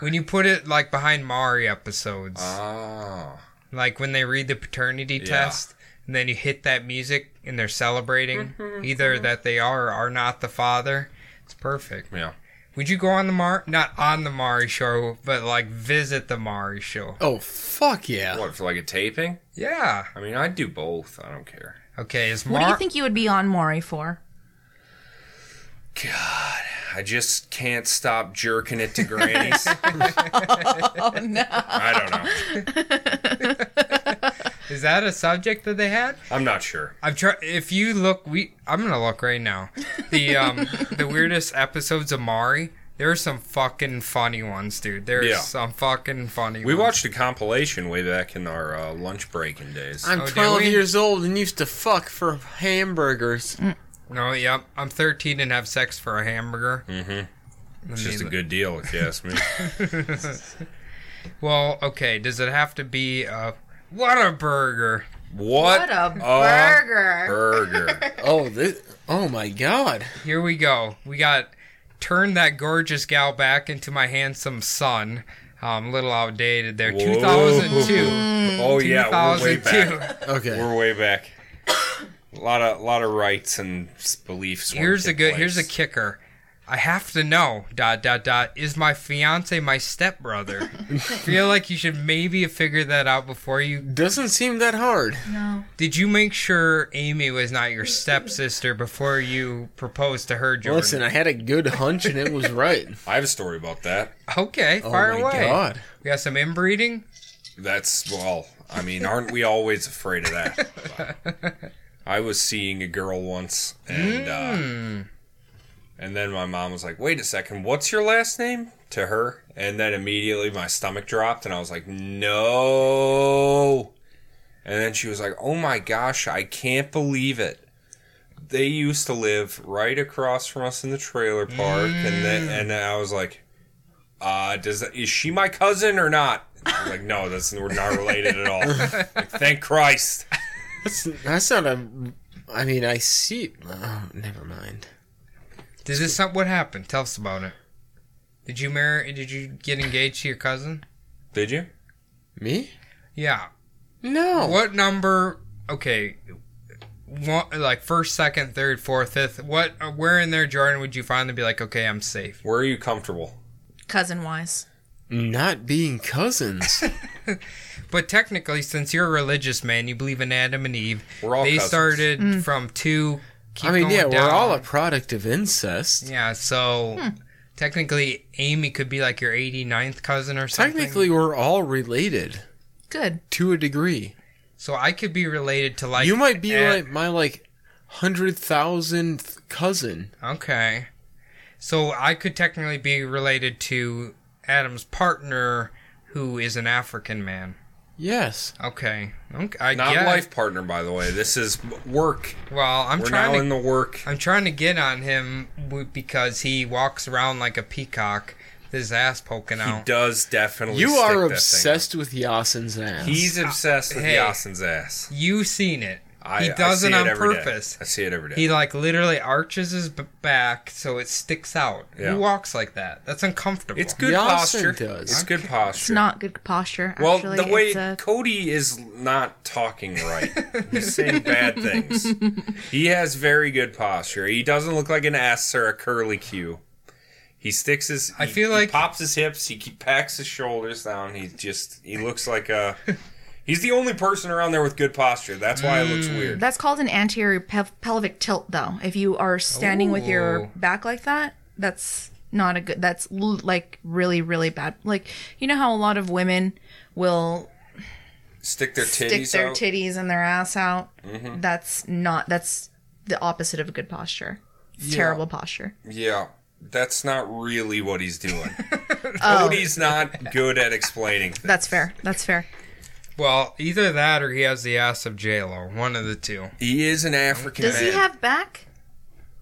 Speaker 3: When you put it like behind Mari episodes,
Speaker 4: Oh.
Speaker 3: like when they read the paternity
Speaker 4: Yeah.
Speaker 3: test, and then you hit that music and they're celebrating either that they are or are not the father. It's perfect.
Speaker 4: Yeah.
Speaker 3: Would you go on the Mar? Not on the Mari show, but like visit the Mari show.
Speaker 5: oh fuck yeah!
Speaker 4: What, for like a taping?
Speaker 3: Yeah.
Speaker 4: I mean, I'd do both. I don't care.
Speaker 3: Okay. Is
Speaker 6: What
Speaker 3: Mar?
Speaker 6: do you think you would be on Maury for?
Speaker 4: God, I just can't stop jerking it to grannies.
Speaker 6: Oh no.
Speaker 4: I don't know.
Speaker 3: Is that a subject that they had?
Speaker 4: I'm not sure.
Speaker 3: I've tried. If you look, we I'm gonna look right now. The um the weirdest episodes of Mari. There are some fucking funny ones, dude. There's
Speaker 4: Yeah.
Speaker 3: some fucking funny.
Speaker 4: We
Speaker 3: ones.
Speaker 4: watched a compilation way back in our uh, lunch breaking days.
Speaker 5: I'm
Speaker 3: Oh, did
Speaker 5: 12
Speaker 3: we?
Speaker 5: years old and used to fuck for hamburgers.
Speaker 3: No, yep. I'm 13 and have sex for a hamburger.
Speaker 4: Mm. it's just a good deal, if you ask me.
Speaker 3: Well, okay. Does it have to be a what a burger?
Speaker 4: What,
Speaker 6: What a
Speaker 4: Uh,
Speaker 6: burger.
Speaker 4: burger.
Speaker 5: Oh, this, oh my god!
Speaker 3: Here we go. We got turn that gorgeous gal back into my handsome son. Um, a little outdated there.
Speaker 4: Whoa.
Speaker 3: 2002.
Speaker 4: Oh yeah, we're way
Speaker 3: 2002.
Speaker 4: back.
Speaker 5: Okay,
Speaker 4: We're way back. A lot of lot of rights and s- beliefs. weren't
Speaker 3: Here's a
Speaker 4: in
Speaker 3: good.
Speaker 4: place.
Speaker 3: Here's a kicker. I have to know. Dot dot dot. Is my fiance my stepbrother? Feel like you should maybe have figured that out before you.
Speaker 5: doesn't seem that hard.
Speaker 3: Did you make sure Amy was not your stepsister before you proposed to her, Jordan?
Speaker 5: Listen, I had a good hunch and it was right.
Speaker 4: I have a story about that.
Speaker 3: Okay,
Speaker 5: oh
Speaker 3: far
Speaker 5: my
Speaker 3: away.
Speaker 5: god!
Speaker 3: We got some inbreeding.
Speaker 4: That's well. I mean, aren't we always afraid of that? But I was seeing a girl once, and uh, and then my mom was like, "Wait a second, what's your last name?" To her, and then immediately my stomach dropped, and I was like, "No!" And then she was like, "Oh my gosh, I can't believe it." They used to live right across from us in the trailer park, and then and I was like, uh, does that, is she my cousin or not? I'm like, no, that's we're not related at all. Like, Thank Christ.
Speaker 5: That's that's not a. I mean, I see. Oh, never mind.
Speaker 3: Did this some, what happened? Tell us about it. Did you marry? Did you get engaged to your cousin?
Speaker 4: Did you?
Speaker 5: Me?
Speaker 3: Yeah.
Speaker 5: No.
Speaker 3: What number? Okay. One, like first, second, third, fourth, fifth. What? uh, Where in there, Jordan? Would you finally be like, okay, I'm safe?
Speaker 4: Where are you comfortable?
Speaker 6: Cousin wise.
Speaker 5: Not being cousins.
Speaker 3: But technically, since you're a religious man, you believe in Adam and Eve.
Speaker 4: We're all
Speaker 3: they
Speaker 4: cousins.
Speaker 3: started from two. Keep
Speaker 5: I mean,
Speaker 3: going
Speaker 5: yeah,
Speaker 3: down.
Speaker 5: we're all a product of incest.
Speaker 3: Yeah. So technically, Amy could be like your 89th cousin or something.
Speaker 5: Technically, we're all related
Speaker 6: Good.
Speaker 5: to a degree.
Speaker 3: So I could be related to like
Speaker 5: you might be
Speaker 3: eh,
Speaker 5: like my like hundred thousandth cousin.
Speaker 3: okay. So I could technically be related to Adam's partner, who is an African man.
Speaker 5: Yes.
Speaker 3: Okay, okay. I
Speaker 4: Not
Speaker 3: guess.
Speaker 4: life partner, by the way. This is work.
Speaker 3: Well, I'm
Speaker 4: we're now
Speaker 3: trying to.
Speaker 4: in the work.
Speaker 3: I'm trying to get on him w- because he walks around like a peacock, with his ass poking
Speaker 4: He
Speaker 3: out.
Speaker 4: does definitely.
Speaker 5: You
Speaker 4: stick
Speaker 5: are
Speaker 4: that thing
Speaker 5: obsessed with Yasin's ass.
Speaker 4: up. He's obsessed with
Speaker 3: hey.
Speaker 4: Yasin's ass.
Speaker 3: You seen it?
Speaker 4: I,
Speaker 3: he
Speaker 4: I
Speaker 3: does
Speaker 4: see
Speaker 3: it on
Speaker 4: every day.
Speaker 3: purpose.
Speaker 4: I see it every day.
Speaker 3: He like literally arches his b- back so it sticks out.
Speaker 4: Yeah.
Speaker 3: Who walks like that? That's uncomfortable.
Speaker 4: it's good
Speaker 5: Yasin
Speaker 4: posture.
Speaker 5: does.
Speaker 4: It's good
Speaker 6: It's
Speaker 4: posture.
Speaker 6: not good posture.
Speaker 4: well,
Speaker 6: Actually.
Speaker 4: the way
Speaker 6: it's a,
Speaker 4: Cody is not talking right, he's saying bad things. He has very good posture. He doesn't look like an ass or a curly Q. He sticks his.
Speaker 3: I
Speaker 4: he-
Speaker 3: feel
Speaker 4: he
Speaker 3: like-
Speaker 4: pops his hips. He ke- packs his shoulders down. He just. He looks like a. He's the only person around there with good posture. That's why it looks weird.
Speaker 6: that's called an anterior pel- pelvic tilt, though. If you are standing with your
Speaker 3: Ooh.
Speaker 6: back like that, that's not a good. That's l- like really, really bad. Like you know how a lot of women will
Speaker 4: Stick their titties
Speaker 6: stick their
Speaker 4: out. Mm-hmm.
Speaker 6: titties and their ass out. That's not. That's the opposite of a good posture. It's terrible posture.
Speaker 4: yeah. that's not really what he's doing.
Speaker 6: Oh.
Speaker 4: Cody's not good at explaining things.
Speaker 6: That's fair. That's fair.
Speaker 3: Well, either that or he has the ass of JLo. One of the two.
Speaker 4: He is an African
Speaker 6: Does
Speaker 4: man.
Speaker 6: he have back?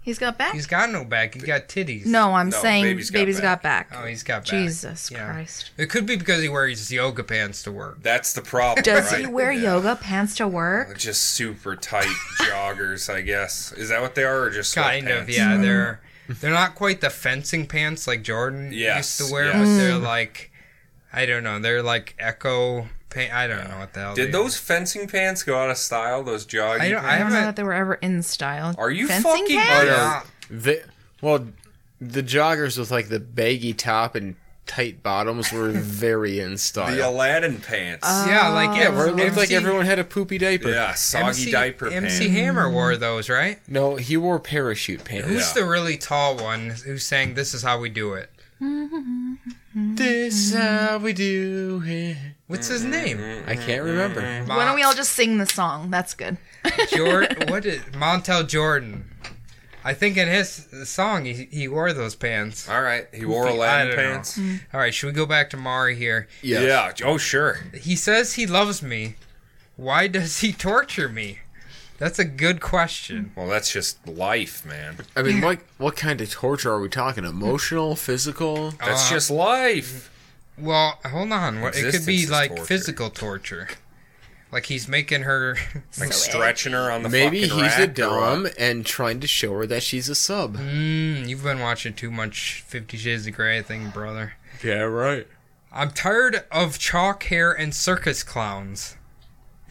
Speaker 6: He's got back?
Speaker 3: He's got no back. He got titties.
Speaker 6: no, I'm
Speaker 4: No,
Speaker 6: saying
Speaker 4: baby's
Speaker 6: baby's
Speaker 4: got
Speaker 6: got back.
Speaker 3: Oh, he's got back.
Speaker 6: Jesus
Speaker 3: Yeah.
Speaker 6: Christ.
Speaker 3: It could be because he wears yoga pants to work.
Speaker 4: That's the problem.
Speaker 6: Does
Speaker 4: right?
Speaker 6: he wear
Speaker 4: Yeah.
Speaker 6: yoga pants to work?
Speaker 4: Just super tight joggers, I guess. Is that what they are, or just
Speaker 3: Kind of.
Speaker 4: sweatpants?
Speaker 3: Yeah, they're they're not quite the fencing pants like Jordan
Speaker 4: Yes,
Speaker 3: used to wear, but
Speaker 4: yes.
Speaker 3: they're like I don't know. They're like echo. Paint. I don't know what the hell.
Speaker 4: Did
Speaker 3: they are.
Speaker 4: those fencing pants go out of style? Those jogging
Speaker 3: I don't. I
Speaker 4: pants?
Speaker 6: I don't know that
Speaker 3: haven't.
Speaker 6: they were ever in style.
Speaker 4: Are you
Speaker 6: Fencing
Speaker 4: fucking-
Speaker 6: pants?
Speaker 4: Are-
Speaker 3: Yeah.
Speaker 5: They, well, the joggers with like the baggy top and tight bottoms were very in
Speaker 4: the
Speaker 5: style.
Speaker 4: Aladdin pants.
Speaker 3: Yeah, like
Speaker 5: yeah, where it looked like
Speaker 3: MC
Speaker 5: everyone had a poopy diaper.
Speaker 4: yeah, soggy
Speaker 3: MC
Speaker 4: diaper pants.
Speaker 3: MC Hammer wore those, right?
Speaker 5: No, he wore parachute pants.
Speaker 3: Who's the really tall one who sang "This Is How We Do It"?
Speaker 5: This how we do it.
Speaker 3: What's his
Speaker 4: Mm-hmm.
Speaker 3: name?
Speaker 5: I can't remember.
Speaker 6: Why don't we all just sing the song? That's good.
Speaker 3: Jordan? What is Montel Jordan? I think in his song he, he wore those pants.
Speaker 4: All right, he wore
Speaker 3: I
Speaker 4: Aladdin
Speaker 3: don't know. Mm.
Speaker 4: pants.
Speaker 3: All right, should we go back to Mari here?
Speaker 4: Yeah. Oh, sure.
Speaker 3: He says he loves me. Why does he torture me? That's a good question.
Speaker 4: Well, that's just life, man.
Speaker 5: I mean, what what kind of torture are we talking? Emotional, physical?
Speaker 4: That's
Speaker 3: Uh,
Speaker 4: just life.
Speaker 3: Well, hold on. What- It could
Speaker 4: Existence
Speaker 3: be
Speaker 4: is
Speaker 3: like
Speaker 4: torture.
Speaker 3: physical torture. Like he's making her.
Speaker 4: Like stretching her on the
Speaker 5: Maybe
Speaker 4: fucking
Speaker 5: he's a
Speaker 4: rack or what?
Speaker 5: dumb and trying to show her that she's a sub.
Speaker 3: Mm, you've been watching too much Fifty Shades of Grey, I think, brother.
Speaker 5: Yeah, right.
Speaker 3: I'm tired of chalk hair and circus clowns.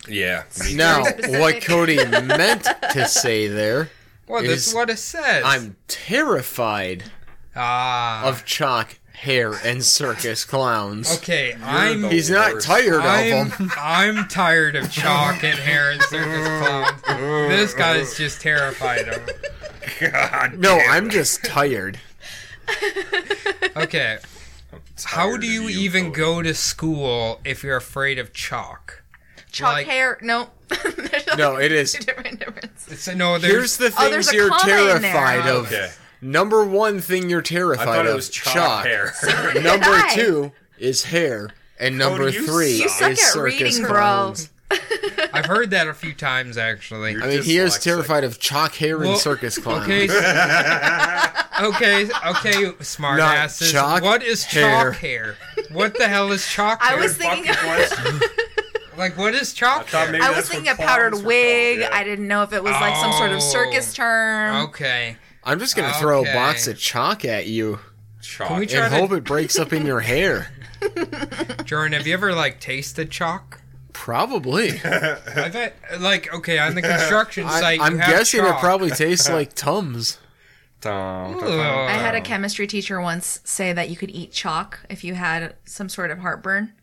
Speaker 4: Yeah. me-
Speaker 5: Now,
Speaker 6: Specific.
Speaker 5: what Cody meant to say there,
Speaker 3: Well, that's
Speaker 5: Is-
Speaker 3: what it says.
Speaker 5: I'm terrified
Speaker 3: ah
Speaker 5: of chalk, hair, and circus clowns.
Speaker 3: okay. I'm
Speaker 4: the
Speaker 5: He's not
Speaker 4: Worst.
Speaker 5: tired of
Speaker 3: I'm,
Speaker 5: them.
Speaker 3: I'm tired of chalk and hair and circus clowns. This guy's just terrified of. 'em.
Speaker 4: God
Speaker 5: No,
Speaker 4: damn
Speaker 5: I'm
Speaker 4: it.
Speaker 5: just tired.
Speaker 3: Okay, how
Speaker 4: Tired
Speaker 3: do
Speaker 4: of
Speaker 3: you even
Speaker 4: Cody.
Speaker 3: go to school if you're afraid of chalk?
Speaker 6: Chalk
Speaker 3: Like-
Speaker 6: hair. No. There's like
Speaker 5: No, it is.
Speaker 6: two different difference.
Speaker 3: It's no. There's
Speaker 5: Here's the
Speaker 6: Oh, there's
Speaker 5: things
Speaker 6: a
Speaker 5: you're
Speaker 6: comma in there.
Speaker 5: terrified of.
Speaker 4: Okay.
Speaker 5: Number one thing you're
Speaker 4: I
Speaker 5: terrified
Speaker 4: thought
Speaker 5: of
Speaker 4: it was chalk,
Speaker 5: chalk.
Speaker 4: hair.
Speaker 5: Number
Speaker 6: Hi.
Speaker 5: two is hair, and number
Speaker 4: you
Speaker 5: three
Speaker 4: suck. You
Speaker 6: suck
Speaker 5: is
Speaker 6: at
Speaker 5: circus
Speaker 6: reading, bro.
Speaker 5: clowns.
Speaker 3: I've heard that a few times actually.
Speaker 5: I mean, he is
Speaker 4: Dyslexic.
Speaker 5: terrified of chalk hair
Speaker 3: Well,
Speaker 5: and circus clowns.
Speaker 3: Okay. okay. Okay. Smart
Speaker 5: Not
Speaker 3: asses.
Speaker 5: chalk
Speaker 3: what is
Speaker 5: hair.
Speaker 3: chalk hair? What the hell is chalk
Speaker 6: I
Speaker 3: hair?
Speaker 6: was thinking.
Speaker 4: Fucking question.
Speaker 3: like, what is chalk
Speaker 4: thought
Speaker 3: hair?
Speaker 4: maybe-
Speaker 6: I
Speaker 4: That's
Speaker 6: was
Speaker 4: what
Speaker 6: thinking a
Speaker 4: clowns were
Speaker 6: powdered
Speaker 4: called,
Speaker 6: wig.
Speaker 4: yeah.
Speaker 6: I didn't know if it was like some sort of circus
Speaker 3: Oh.
Speaker 6: term.
Speaker 3: okay.
Speaker 5: I'm just gonna throw a box
Speaker 3: Okay.
Speaker 5: of chalk at you
Speaker 4: Chalk.
Speaker 3: Can we try
Speaker 5: and
Speaker 3: to,
Speaker 5: hope it breaks up in your hair.
Speaker 3: Jordan? Have you ever like tasted chalk?
Speaker 5: Probably.
Speaker 3: I bet. Like, okay, on the construction
Speaker 5: I,
Speaker 3: site,
Speaker 5: I'm
Speaker 3: you have
Speaker 5: guessing
Speaker 3: chalk.
Speaker 5: it probably tastes like Tums.
Speaker 4: Dun, dun, dun.
Speaker 6: I
Speaker 3: Ugh.
Speaker 6: had a chemistry teacher once say that you could eat chalk if you had some sort of heartburn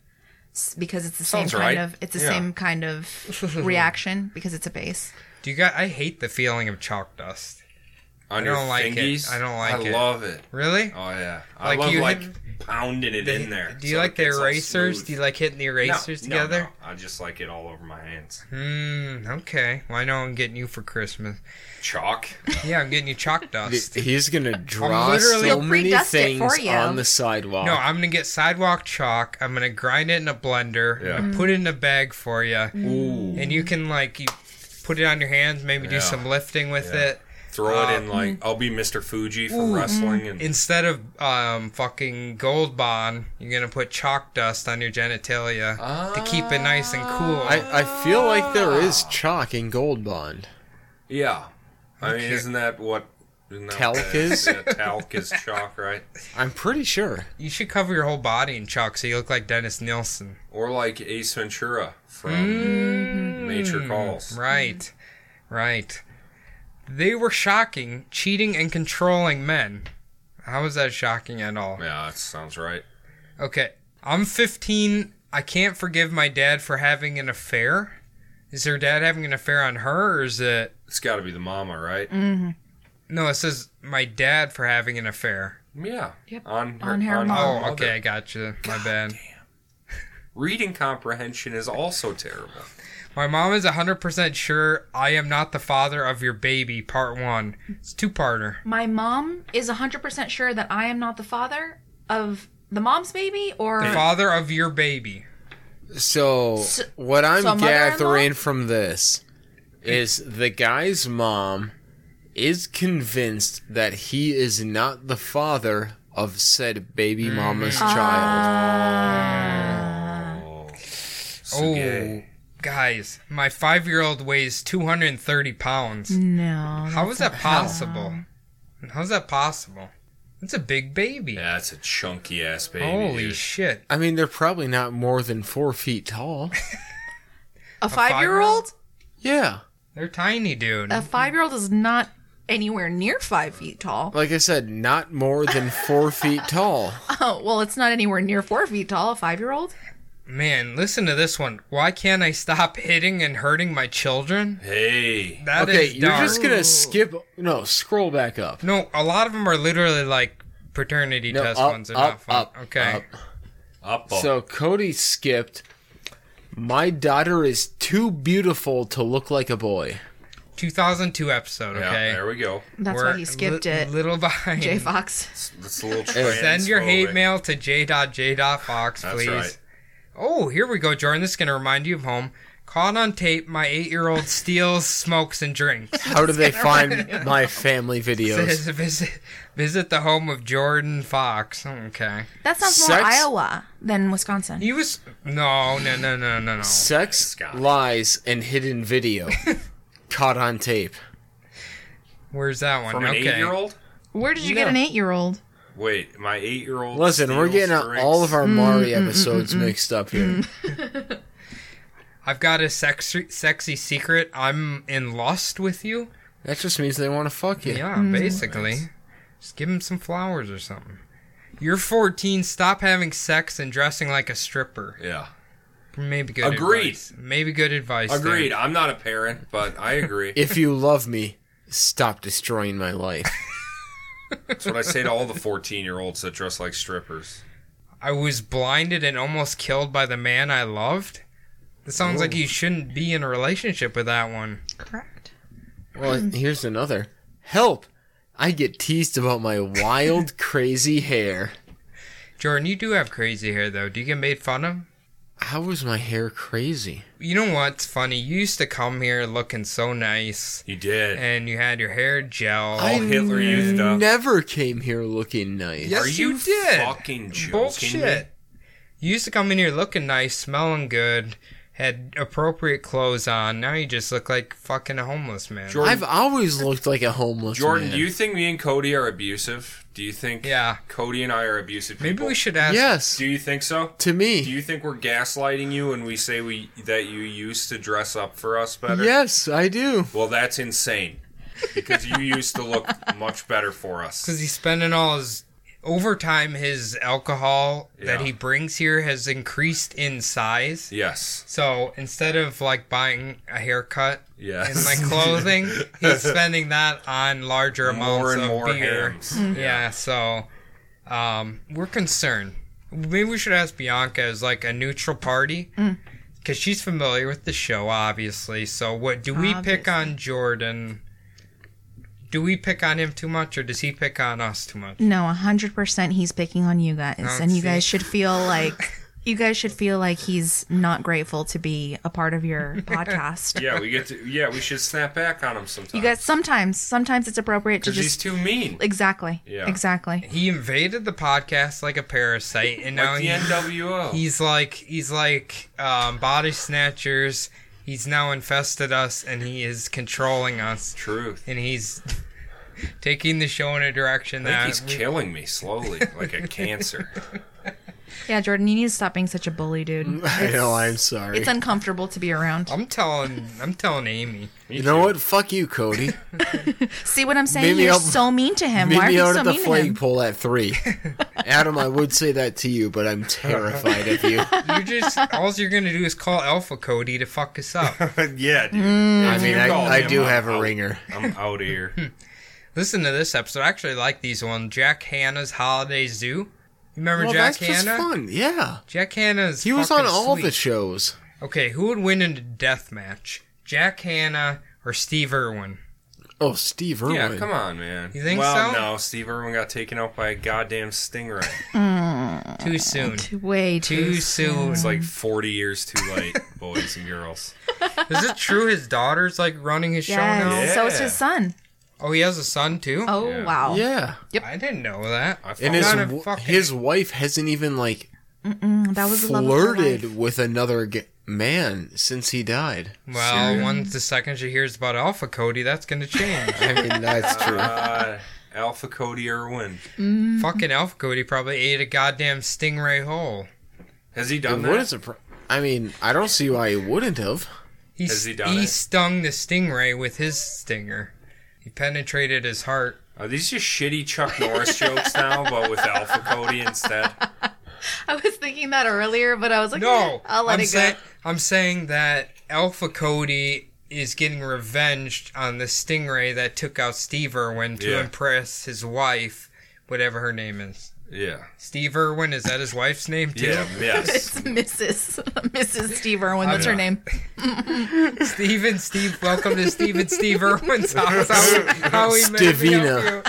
Speaker 6: s- because it's the
Speaker 4: Sounds
Speaker 6: same
Speaker 4: right.
Speaker 6: kind of it's the
Speaker 4: Yeah.
Speaker 6: same kind of reaction because it's a base.
Speaker 3: Do you got? I hate the feeling of chalk dust.
Speaker 4: On
Speaker 3: I
Speaker 4: your
Speaker 3: don't like it.
Speaker 4: fingies?
Speaker 3: I don't like
Speaker 4: I
Speaker 3: it.
Speaker 4: love it.
Speaker 3: Really?
Speaker 4: Oh yeah. I
Speaker 3: Like
Speaker 4: love
Speaker 3: you
Speaker 4: like
Speaker 3: hit-
Speaker 4: pounding it in there.
Speaker 3: Do you
Speaker 4: so
Speaker 3: like
Speaker 4: it
Speaker 3: the
Speaker 4: gets all
Speaker 3: erasers?
Speaker 4: smooth.
Speaker 3: Do you like hitting the
Speaker 4: No,
Speaker 3: erasers
Speaker 4: no,
Speaker 3: together?
Speaker 4: no. I just like it all over my hands.
Speaker 3: Hmm. Okay. Well, I know I'm getting you for Christmas.
Speaker 4: Chalk.
Speaker 3: Yeah, I'm getting you chalk dust.
Speaker 5: He's gonna draw
Speaker 3: literally-
Speaker 5: so
Speaker 3: He'll
Speaker 5: many
Speaker 6: pre-dust it for
Speaker 5: things
Speaker 6: you.
Speaker 5: on the sidewalk.
Speaker 3: No, I'm gonna get sidewalk chalk. I'm gonna grind it in a blender.
Speaker 4: Yeah.
Speaker 3: I'm gonna put it in a bag for you,
Speaker 4: Ooh.
Speaker 3: and you can like you put it on your hands. Maybe do
Speaker 4: Yeah.
Speaker 3: some lifting with
Speaker 4: Yeah.
Speaker 3: it
Speaker 4: Throw it in like
Speaker 3: Mm-hmm.
Speaker 4: I'll be Mr. Fuji from wrestling and
Speaker 3: instead of um, fucking gold bond. You're gonna put chalk dust on your genitalia to keep it nice and cool.
Speaker 4: Ah.
Speaker 5: I, I feel like
Speaker 6: Ah.
Speaker 5: there is chalk in Gold Bond.
Speaker 4: yeah. I mean, isn't that what? Isn't that
Speaker 5: Talc
Speaker 4: what that
Speaker 5: is?
Speaker 4: Yeah, talc is chalk, right?
Speaker 5: I'm pretty sure.
Speaker 3: you should cover your whole body in chalk so you look like Dennis Nielsen.
Speaker 4: Or like Ace Ventura from Nature Calls.
Speaker 3: Mm-hmm. Right, right. They were shocking, cheating, and controlling men. How is that shocking at all?
Speaker 4: Yeah, that sounds right.
Speaker 3: Okay. I'm 15. I can't forgive my dad for having an affair. Is her dad having an affair on her, or is it.
Speaker 4: It's got to be the mama, right?
Speaker 3: No, it says my dad for having an affair.
Speaker 4: Yeah.
Speaker 6: Yep.
Speaker 4: On her,
Speaker 6: On her
Speaker 4: on
Speaker 6: mom.
Speaker 3: Oh, okay, I got you. My bad.
Speaker 4: Reading comprehension is also terrible.
Speaker 3: My mom is 100% sure I am not the father of your baby, part one. It's two parter.
Speaker 6: My mom is 100% sure that I am not the father of the mom's baby or
Speaker 3: The father of your baby.
Speaker 5: So,
Speaker 6: So-
Speaker 5: what I'm
Speaker 6: so mother-in-law?
Speaker 5: gathering from this is the guy's mom is convinced that he is not the father of said baby mama's
Speaker 6: Ah.
Speaker 5: child.
Speaker 4: Oh,
Speaker 3: Oh,
Speaker 4: Sugay.
Speaker 3: guys, my five year old weighs 230 pounds.
Speaker 6: no.
Speaker 3: How is that possible? How's that possible? That's a big baby.
Speaker 4: Yeah, that's a chunky ass baby.
Speaker 3: Holy
Speaker 4: dude.
Speaker 3: shit.
Speaker 5: I mean, they're probably not more than four feet tall.
Speaker 6: A 5-year-old?
Speaker 5: yeah.
Speaker 3: They're tiny, dude.
Speaker 6: A 5-year-old is not anywhere near 5 feet tall.
Speaker 5: Like I said, not more than four feet tall.
Speaker 6: Oh, well, it's not anywhere near 4 feet tall, a 5-year-old.
Speaker 3: Man, listen to this one. Why can't I stop hitting and hurting my children?
Speaker 4: Hey.
Speaker 3: That is
Speaker 5: okay, you're
Speaker 3: dark.
Speaker 5: just going to skip. No, scroll back up.
Speaker 3: No, a lot of them are literally like paternity
Speaker 5: No,
Speaker 3: test
Speaker 5: up,
Speaker 3: ones are
Speaker 5: up,
Speaker 3: not fun.
Speaker 5: up,
Speaker 3: okay.
Speaker 5: up.
Speaker 4: Up, up.
Speaker 5: So Cody skipped. My daughter is too beautiful to look like a boy.
Speaker 3: 2002 episode,
Speaker 4: yeah,
Speaker 3: okay?
Speaker 4: there we go.
Speaker 6: That's
Speaker 3: We're
Speaker 6: why he skipped
Speaker 3: li-
Speaker 6: it.
Speaker 3: Little behind.
Speaker 6: J Fox.
Speaker 4: It's, it's a little
Speaker 3: Send your hate
Speaker 4: transphobic.
Speaker 3: mail to j.j.fox,
Speaker 4: That's
Speaker 3: please.
Speaker 4: right.
Speaker 3: Oh, here we go, Jordan. This is going to remind you of home. Caught on tape, my eight year old steals, smokes, and drinks.
Speaker 5: How do they find my family videos?
Speaker 3: Says visit, visit the home of Jordan Fox. Okay.
Speaker 6: That sounds more
Speaker 5: Sex-
Speaker 6: Iowa than Wisconsin.
Speaker 3: He was. No, no, no, no, no, no.
Speaker 5: Sex,
Speaker 4: Scott.
Speaker 5: lies, and hidden video caught on tape.
Speaker 3: Where's that one?
Speaker 4: From an
Speaker 3: okay.
Speaker 4: eight-year-old?
Speaker 6: Where did you get
Speaker 5: No.
Speaker 6: an 8-year-old?
Speaker 4: Wait, my eight-year-old.
Speaker 5: Listen, we're
Speaker 4: steals
Speaker 5: getting uh,
Speaker 4: drinks?
Speaker 5: all of our Mari episodes mixed up here.
Speaker 3: I've got a sexy, sexy secret. I'm in lust with you.
Speaker 5: That just means they want to fuck you.
Speaker 3: Yeah, basically. Just give him some flowers or something. You're 14. Stop having sex and dressing like a stripper.
Speaker 4: Yeah.
Speaker 3: Maybe good.
Speaker 4: Agreed.
Speaker 3: Advice. Maybe good advice. there.
Speaker 4: Agreed. I'm not a parent, but I agree.
Speaker 5: If you love me, stop destroying my life.
Speaker 4: That's what I say to all the 14-year-olds that dress like strippers.
Speaker 3: I was blinded and almost killed by the man I loved. That sounds like you shouldn't be in a relationship with that one.
Speaker 6: Correct.
Speaker 5: Well, here's another. Help! I get teased about my wild, crazy hair.
Speaker 3: Jordan, you do have crazy hair though. Do you get made fun of?
Speaker 5: How was my hair crazy?
Speaker 3: You know what's funny? You used to come here looking so nice,
Speaker 4: You did.
Speaker 3: and you had your hair gel.
Speaker 5: I
Speaker 4: Hitler Youth stuff.
Speaker 5: never came here looking nice.
Speaker 3: Yes,
Speaker 4: Are you,
Speaker 3: you did.
Speaker 4: fucking joking
Speaker 3: Bullshit. You used to come in here looking nice, smelling good, had appropriate clothes on. Now you just look like fucking a homeless man.
Speaker 4: Jordan,
Speaker 5: I've always looked like a homeless
Speaker 4: Jordan,
Speaker 5: man.
Speaker 4: do you think me and Cody are abusive? Do you think
Speaker 3: Yeah.
Speaker 4: Cody and I are abusive people?
Speaker 3: Maybe we should ask.
Speaker 5: Yes,
Speaker 4: Do you think so?
Speaker 5: to
Speaker 4: Do
Speaker 5: me.
Speaker 4: you think we're gaslighting you when we say we that you used to dress up for us better?
Speaker 5: Yes, I do.
Speaker 4: Well, that's insane. Because you used to look much better for us.
Speaker 3: Because he's spending all his overtime, his alcohol that
Speaker 4: Yeah.
Speaker 3: he brings here has increased in size.
Speaker 4: Yes.
Speaker 3: So instead of like buying a haircut
Speaker 4: Yes.
Speaker 3: and like clothing, he's spending that on larger amounts
Speaker 4: more and
Speaker 3: of
Speaker 4: more
Speaker 3: beer.
Speaker 4: hams.
Speaker 3: Yeah, so um, we're concerned. Maybe we should ask Bianca as like a neutral party because she's familiar with the show, obviously. So what do we pick on Jordan? Do we pick on him too much, or does he pick on us too much?
Speaker 6: No, 100% he's picking on you guys. and you
Speaker 3: see.
Speaker 6: guys should feel like. You guys should feel like he's not grateful to be a part of your podcast.
Speaker 4: Yeah, we get to. Yeah, we should snap back on him sometimes.
Speaker 6: You guys sometimes sometimes it's appropriate to
Speaker 4: because he's
Speaker 6: just
Speaker 4: too mean.
Speaker 6: exactly.
Speaker 4: Yeah.
Speaker 6: Exactly.
Speaker 3: He invaded the podcast like a parasite, and now
Speaker 4: Like the
Speaker 3: he-
Speaker 4: NWO.
Speaker 3: he's like he's like um, body snatchers. He's now infested us, and he is controlling us.
Speaker 4: Truth.
Speaker 3: and he's taking the show in a direction
Speaker 4: I
Speaker 3: that
Speaker 4: think he's killing me slowly, like a cancer.
Speaker 6: Yeah, Jordan, you need to stop being such a bully, dude.
Speaker 5: I know. I'm sorry.
Speaker 6: It's uncomfortable to be around.
Speaker 3: I'm telling I'm telling Amy.
Speaker 5: You know what? Fuck you, Cody.
Speaker 6: See what I'm saying?
Speaker 5: Maybe
Speaker 6: You're
Speaker 5: I'll-
Speaker 6: so mean to him.
Speaker 5: Meet
Speaker 6: Why are
Speaker 5: me
Speaker 6: you
Speaker 5: out
Speaker 6: so
Speaker 5: at the
Speaker 6: mean to him?
Speaker 5: flagpole at three. Adam, I would say that to you, but I'm terrified of you.
Speaker 3: You just all you're gonna do is call Alpha Cody to fuck us up.
Speaker 4: yeah, dude.
Speaker 3: Mm,
Speaker 5: I mean, I,
Speaker 4: call
Speaker 5: I
Speaker 4: him,
Speaker 5: do
Speaker 4: I'm
Speaker 5: have a
Speaker 4: out.
Speaker 5: ringer.
Speaker 4: I'm out of here.
Speaker 3: Listen to this episode. I actually like these one. Jack Hanna's Holiday Zoo. remember
Speaker 5: Well,
Speaker 3: Jack
Speaker 5: that's just
Speaker 3: Hanna?
Speaker 5: fun. Yeah.
Speaker 3: Jack Hanna's.
Speaker 5: He was on
Speaker 3: fucking
Speaker 5: all
Speaker 3: sweet.
Speaker 5: the shows.
Speaker 3: Okay, who would win in a death match? Jack Hanna or Steve Irwin?
Speaker 5: Oh, Steve Irwin.
Speaker 4: Yeah, come on, man.
Speaker 3: You think
Speaker 4: well,
Speaker 3: so?
Speaker 4: no, Steve Irwin got taken out by a goddamn stingray.
Speaker 3: Uh, Too soon.
Speaker 6: Way too.
Speaker 3: Too soon.
Speaker 4: it's like 40 years too late, boys and girls.
Speaker 3: Is it true his daughter's like running his show now?
Speaker 4: Yeah.
Speaker 6: So it's his son.
Speaker 3: Oh, he has a son too?
Speaker 6: Oh
Speaker 4: Yeah.
Speaker 6: wow.
Speaker 5: Yeah.
Speaker 3: I didn't know that.
Speaker 4: I fucking
Speaker 5: And his
Speaker 3: Not a
Speaker 5: w-
Speaker 3: fucking-
Speaker 5: his wife hasn't even like
Speaker 6: Mm, that was the love of her life.
Speaker 5: flirted with another g- man since he died.
Speaker 3: Well, once the second she hears about Alpha Cody, that's gonna change.
Speaker 5: I mean, that's true.
Speaker 4: uh, Alpha Cody Irwin.
Speaker 6: Mm-hmm.
Speaker 3: Fucking Alpha Cody probably ate a goddamn stingray whole.
Speaker 4: Has he
Speaker 5: It
Speaker 4: done
Speaker 5: wouldn't
Speaker 4: that?
Speaker 5: surpri- I mean, I don't see why he wouldn't have.
Speaker 3: He,
Speaker 4: Has he
Speaker 3: s-
Speaker 4: done
Speaker 3: he
Speaker 4: it?
Speaker 3: stung the stingray with his stinger. He penetrated his heart.
Speaker 4: Are these just shitty Chuck Norris jokes now, but with Alpha Cody instead?
Speaker 6: I was thinking that earlier, but I was like,
Speaker 3: No,
Speaker 6: no, I'll let
Speaker 3: I'm
Speaker 6: it go.
Speaker 3: saying I'm saying that Alpha Cody is getting revenged on the stingray that took out Steve Irwin to
Speaker 4: Yeah.
Speaker 3: impress his wife, whatever her name is.
Speaker 4: Yeah.
Speaker 3: Steve Irwin is that his wife's name too?
Speaker 4: Yeah, yes.
Speaker 6: It's Mrs. Mrs. Steve Irwin. That's her
Speaker 4: Yeah.
Speaker 6: name.
Speaker 3: Steve and Steve, welcome to Steve and Steve Irwin's house. How, how we met
Speaker 5: Stevina.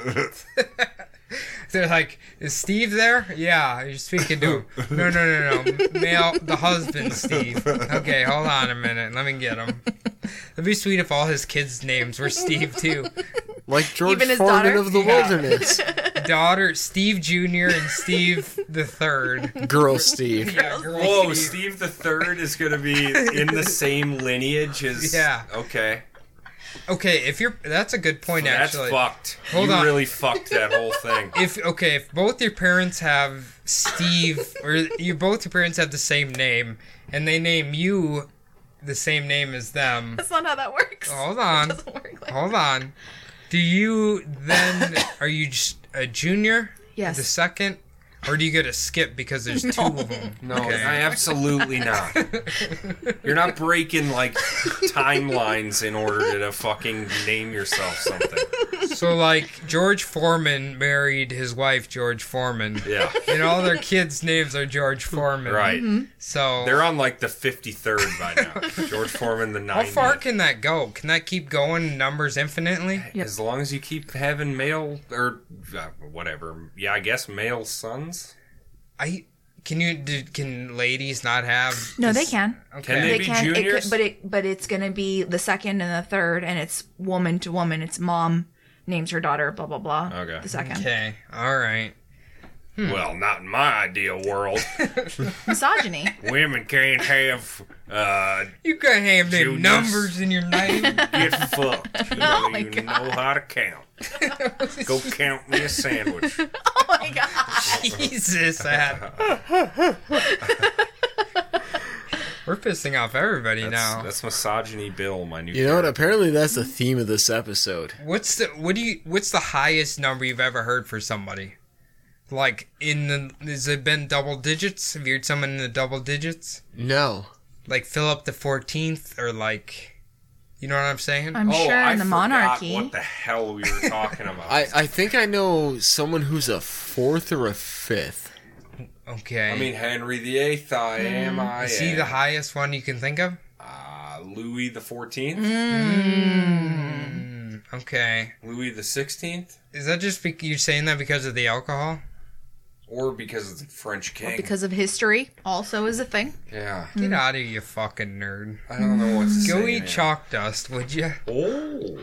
Speaker 3: They're like, is Steve there? Yeah, you're speaking to him. No, no, no, no. Male, the husband, Steve. Okay, hold on a minute. Let me get him. It'd be sweet if all his kids' names were Steve, too.
Speaker 5: Like George
Speaker 6: Even his
Speaker 5: Foreman
Speaker 6: daughter?
Speaker 5: of the
Speaker 3: Yeah.
Speaker 5: Wilderness,
Speaker 3: Daughter, Steve Jr. and Steve the Third.
Speaker 5: girl Steve.
Speaker 3: Yeah, girl
Speaker 4: Whoa,
Speaker 3: Steve.
Speaker 4: Steve the Third is going to be in the same lineage as.
Speaker 3: Yeah.
Speaker 4: Okay.
Speaker 3: Okay, if you're, that's a good point,
Speaker 4: That's
Speaker 3: actually.
Speaker 4: fucked.
Speaker 3: Hold
Speaker 4: you
Speaker 3: on.
Speaker 4: really fucked that whole thing.
Speaker 3: if okay, if both your parents have Steve or you both your parents have the same name and they name you the same name as them.
Speaker 6: That's not how that works.
Speaker 3: Hold on.
Speaker 6: It doesn't work like
Speaker 3: Hold on. Do you then are you just a junior?
Speaker 6: Yes.
Speaker 3: The second or do you get a skip because there's two of them?
Speaker 4: No,
Speaker 3: Okay.
Speaker 4: I absolutely not. You're not breaking like timelines in order to fucking name yourself something.
Speaker 3: So like George Foreman married his wife George Foreman.
Speaker 4: Yeah,
Speaker 3: And all their kids' names are George Foreman.
Speaker 4: right.
Speaker 3: Mm-hmm. So
Speaker 4: They're on like the 53rd by now. George Foreman the 90th.
Speaker 3: how far can that go? Can that keep going numbers infinitely?
Speaker 4: As long as you keep having male or uh, whatever. Yeah, I guess male sons.
Speaker 3: I can you do, can ladies not have?
Speaker 6: No, they can.
Speaker 4: Can they,
Speaker 6: They
Speaker 4: be
Speaker 6: can. It
Speaker 4: juniors?
Speaker 6: could, but it but it's gonna be the second and the third, and it's woman to woman. It's mom names her daughter. Blah blah blah.
Speaker 4: Okay.
Speaker 6: The second
Speaker 3: Okay, all right. Hmm.
Speaker 4: well, not in my ideal world.
Speaker 6: misogyny.
Speaker 4: Women can't have uh,
Speaker 3: You can have them
Speaker 4: Juniors.
Speaker 3: numbers in your name.
Speaker 4: get fucked. You don't
Speaker 6: Oh my
Speaker 4: even know how to count. Go count me a sandwich.
Speaker 6: oh my gosh.
Speaker 3: Jesus, Adam. We're pissing off everybody
Speaker 4: That's,
Speaker 3: now.
Speaker 4: that's misogyny, Bill. My new.
Speaker 5: You know what?
Speaker 4: character.
Speaker 5: Apparently, that's the theme of this episode.
Speaker 3: What's the what do you what's the highest number you've ever heard for somebody? Like in the has it been double digits? Have you heard someone in the double digits?
Speaker 5: No.
Speaker 3: Like Philip the Fourteenth, or like, you know what I'm saying?
Speaker 6: I'm
Speaker 4: Oh,
Speaker 6: sure
Speaker 4: I
Speaker 6: in the
Speaker 4: forgot
Speaker 6: monarchy.
Speaker 4: What the hell we were talking about?
Speaker 5: I, I think I know someone who's a fourth or a fifth.
Speaker 3: okay.
Speaker 4: I mean Henry the Eighth. I
Speaker 6: Mm.
Speaker 4: am. I
Speaker 3: is he
Speaker 4: am.
Speaker 3: the highest one you can think of?
Speaker 4: uh, Louis the Fourteenth.
Speaker 6: Mm.
Speaker 3: Mm-hmm. Mm, Okay.
Speaker 4: Louis the Sixteenth.
Speaker 3: Is that just bec you're saying that because of the alcohol?
Speaker 4: Or because it's a French king.
Speaker 6: because of history, also is a thing.
Speaker 4: yeah,
Speaker 3: Get out of here, you fucking nerd.
Speaker 4: I don't know
Speaker 6: Mm.
Speaker 4: what to
Speaker 3: Go
Speaker 4: say.
Speaker 3: eat
Speaker 4: man.
Speaker 3: chalk dust, would you?
Speaker 4: Oh,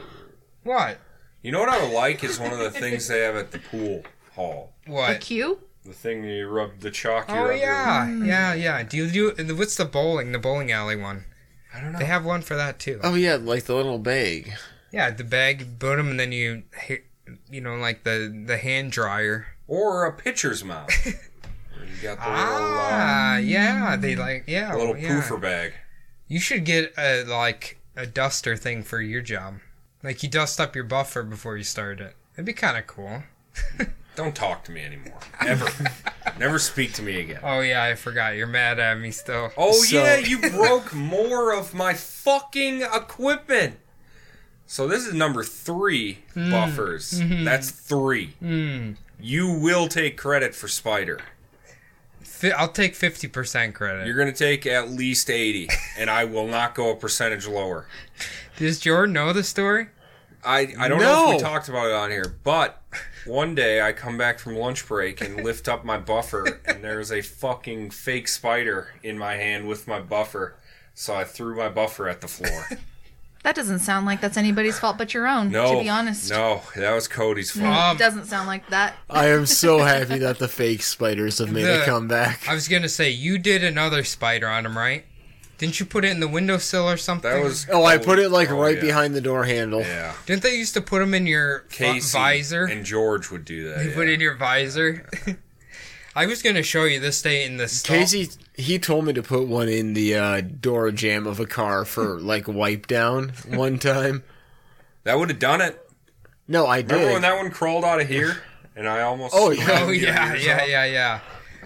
Speaker 3: What?
Speaker 4: you know what I would like is one of the things they have at the pool hall.
Speaker 6: A
Speaker 3: What?
Speaker 6: Q.
Speaker 4: The thing you rub the chalk. You
Speaker 3: Oh
Speaker 4: rub your-
Speaker 3: yeah, yeah, yeah. Do you do? and What's the bowling? The bowling alley one. I don't know. They have one for that too.
Speaker 5: Oh yeah, like the little bag.
Speaker 3: Yeah, the bag, you put them, and then you, hit- you know, like the the hand dryer.
Speaker 4: Or a pitcher's mouth. Where you got the little, uh,
Speaker 3: Ah, yeah. They like yeah,
Speaker 4: little
Speaker 3: yeah.
Speaker 4: poofer bag.
Speaker 3: You should get a like a duster thing for your job. Like you dust up your buffer before you start it. It'd be kind of cool.
Speaker 4: Don't talk to me anymore. Ever. Never speak to me again.
Speaker 3: Oh yeah, I forgot. You're mad at me still.
Speaker 4: Oh
Speaker 5: So-
Speaker 4: yeah, you broke more of my fucking equipment.
Speaker 3: Hmm. Mm-hmm.
Speaker 4: So this is number three buffers. That's three. You will take credit for Spider.
Speaker 3: Fi- I'll take 50% credit.
Speaker 4: You're going to take at least 80, and I will not go a percentage lower.
Speaker 3: Does Jordan know the story?
Speaker 4: I, I don't know if
Speaker 5: No.
Speaker 4: we talked about it on here, but one day I come back from lunch break and lift up my buffer, and there's a fucking fake spider in my hand with my buffer. So I threw my buffer at the floor.
Speaker 6: That doesn't sound like that's anybody's fault but your own,
Speaker 4: No,
Speaker 6: to be honest.
Speaker 4: no, that was Cody's fault.
Speaker 3: Um,
Speaker 6: It doesn't sound like that.
Speaker 5: I am so happy that the fake spiders have made
Speaker 3: The-
Speaker 5: a comeback.
Speaker 3: I was going to say, you did another spider on him, right? Didn't you put it in the windowsill or something?
Speaker 4: That was
Speaker 5: Oh, I put it like
Speaker 4: Oh,
Speaker 5: right
Speaker 4: yeah.
Speaker 5: behind the door handle.
Speaker 4: Yeah,
Speaker 3: Didn't they used to put them in your fu-
Speaker 4: Casey
Speaker 3: visor?
Speaker 4: and George would do that.
Speaker 3: you
Speaker 4: yeah.
Speaker 3: put it in your visor? I was going to show you this day in the stall.
Speaker 5: Casey, he told me to put one in the uh, door jam of a car for like wipe down one time.
Speaker 4: that would have done it.
Speaker 5: No, I did.
Speaker 4: Remember when that one crawled out of here, and I almost
Speaker 5: Oh, yeah.
Speaker 3: Oh yeah, yeah, yeah, yeah.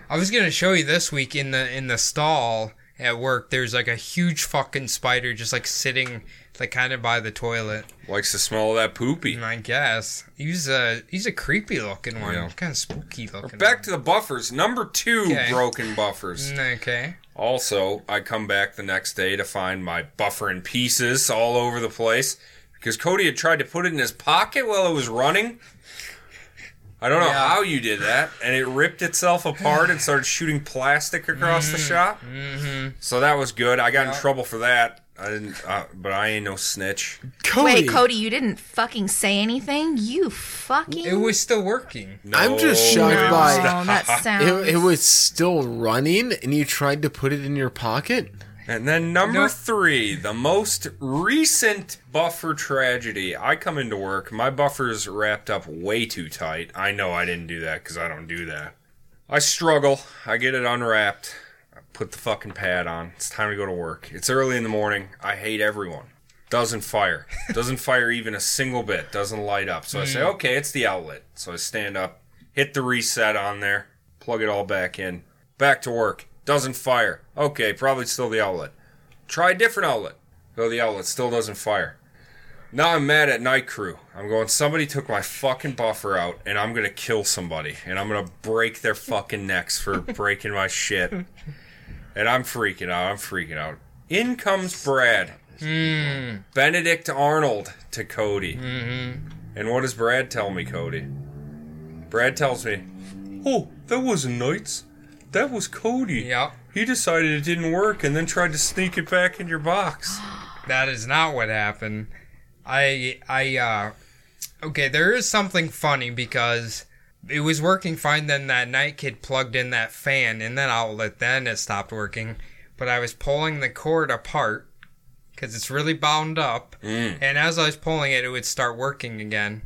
Speaker 3: I was gonna show you this week in the in the stall at work. There's like a huge fucking spider just like sitting like kind of by the toilet.
Speaker 4: likes to smell of that poopy.
Speaker 3: And I guess he's a he's a creepy looking one,
Speaker 4: Yeah.
Speaker 3: kind of spooky looking.
Speaker 4: Back to the buffers. Number two,
Speaker 3: Okay.
Speaker 4: broken buffers.
Speaker 3: one. okay.
Speaker 4: Also, I come back the next day to find my buffer in pieces all over the place because Cody had tried to put it in his pocket while it was running. I don't know
Speaker 3: Yeah.
Speaker 4: how you did that, and it ripped itself apart and started shooting plastic across the shop. Mm-hmm. So that was good. I got in trouble for that. I didn't, uh, but I ain't no snitch.
Speaker 5: Cody,
Speaker 6: Wait, Cody, you didn't fucking say anything? You fucking.
Speaker 3: It was still working.
Speaker 4: No,
Speaker 5: I'm just shocked
Speaker 4: it
Speaker 6: No,
Speaker 5: by-
Speaker 4: was not.
Speaker 6: that sounds.
Speaker 5: It, it was still running, and you tried to put it in your pocket.
Speaker 4: And then number
Speaker 3: No.
Speaker 4: three, the most recent buffer tragedy. I come into work, my buffer's wrapped up way too tight. I know I didn't do that because I don't do that. I struggle. I get it unwrapped. I put the fucking pad on. It's time to go to work. It's early in the morning. I hate everyone. Doesn't fire. Doesn't fire even a single bit. Doesn't light up. So I say, okay, it's the outlet. So I stand up, hit the reset on there, plug it all back in. Back to work. Doesn't fire. Okay, probably still the outlet. Try a different outlet. Go to the outlet. Still doesn't fire. Now I'm mad at night crew. I'm going, somebody took my fucking buffer out and I'm going to kill somebody and I'm going to break their fucking necks for breaking my shit. And I'm freaking out. I'm freaking out. In comes Brad.
Speaker 3: Hmm.
Speaker 4: Benedict Arnold to Cody.
Speaker 3: Mm-hmm.
Speaker 4: And what does Brad tell me, Cody? Brad tells me, Oh, that wasn't Knights. That was Cody.
Speaker 3: Yep.
Speaker 4: He decided it didn't work and then tried to sneak it back in your box.
Speaker 3: That is not what happened. I I uh okay, there is something funny because it was working fine then that night kid plugged in that fan in that outlet then it stopped working, but I was pulling the cord apart cuz it's really bound up and as I was pulling it it would start working again.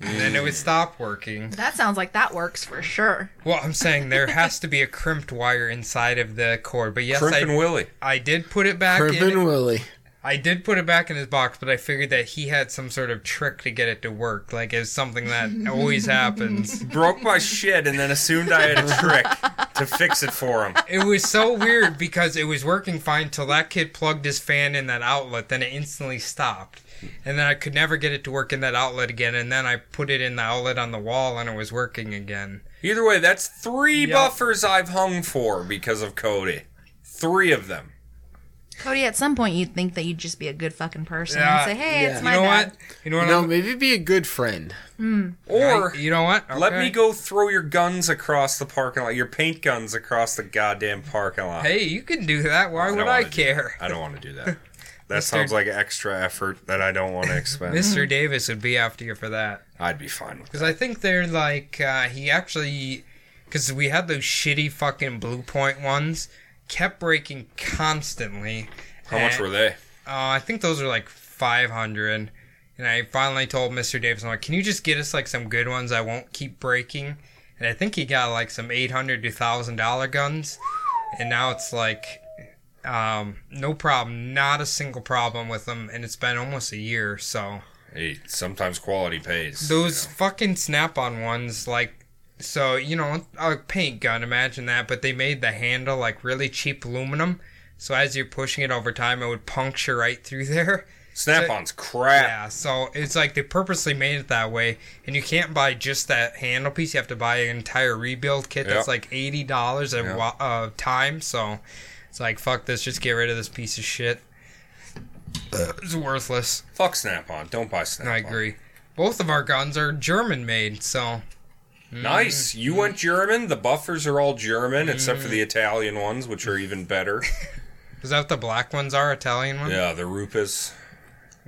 Speaker 3: And then it would stop working.
Speaker 6: That sounds like that works for sure.
Speaker 3: Well, I'm saying there has to be a crimped wire inside of the cord. But yes,
Speaker 4: Crimp and
Speaker 3: I,
Speaker 4: Willie.
Speaker 3: I did put it back in.
Speaker 5: Crimpin' Willie.
Speaker 3: I did put it back in his box, but I figured that he had some sort of trick to get it to work. Like it's something that always happens.
Speaker 4: Broke my shit and then assumed I had a trick to fix it for him.
Speaker 3: It was so weird because it was working fine till that kid plugged his fan in that outlet, then it instantly stopped. And then I could never get it to work in that outlet again, and then I put it in the outlet on the wall and it was working again.
Speaker 4: Either way, that's three
Speaker 3: Yep.
Speaker 4: buffers I've hung for because of Cody. Three of them.
Speaker 6: Cody, at some point you'd think that you'd just be a good fucking person
Speaker 3: Yeah.
Speaker 6: and say, hey, it's
Speaker 3: You
Speaker 6: my
Speaker 3: know
Speaker 6: bad.
Speaker 3: what? You know what?
Speaker 5: No,
Speaker 3: I'm-
Speaker 5: maybe be a good friend.
Speaker 4: Or
Speaker 3: I- you know what?
Speaker 4: let
Speaker 3: Okay.
Speaker 4: me go throw your guns across the parking lot, your paint guns across the goddamn parking lot.
Speaker 3: Hey, you can do that. Why
Speaker 4: don't
Speaker 3: would I
Speaker 4: wanna do
Speaker 3: care?
Speaker 4: I don't want to do that. That sounds like extra effort that I don't want to expend.
Speaker 3: Mr. Davis would be after you for that.
Speaker 4: I'd be fine with it.
Speaker 3: Because I think they're like uh, he actually, because we had those shitty fucking blue point ones, kept breaking constantly.
Speaker 4: How much were they?
Speaker 3: Uh, I think those were like five hundred. And I finally told Mr. Davis, I'm like, can you just get us like some good ones? I won't keep breaking. And I think he got like some eight hundred to thousand dollar guns. And now it's like, um, no problem, not a single problem with them. And it's been almost a year, so
Speaker 4: Hey, sometimes quality pays.
Speaker 3: those fucking snap-on ones like so you know a paint gun imagine that but they made the handle like really cheap aluminum so as you're pushing it over time it would puncture right through there
Speaker 4: Snap-on's crap.
Speaker 3: Yeah, so it's like they purposely made it that way, and you can't buy just that handlepiece. You have to buy an entire rebuild kit
Speaker 4: Yep.
Speaker 3: that's like eighty dollars a
Speaker 4: Yep.
Speaker 3: wa- uh, time. So it's like fuck this, just get rid of this piece of shit. It's worthless.
Speaker 4: Fuck Snap-on. Don't buy Snap-on.
Speaker 3: I agree. Both of our guns are German made, so
Speaker 4: Nice. You went German. The buffers are all German, except for the Italian ones, which are even better.
Speaker 3: is that what the black ones are? Italian ones?
Speaker 4: yeah, the Rupas.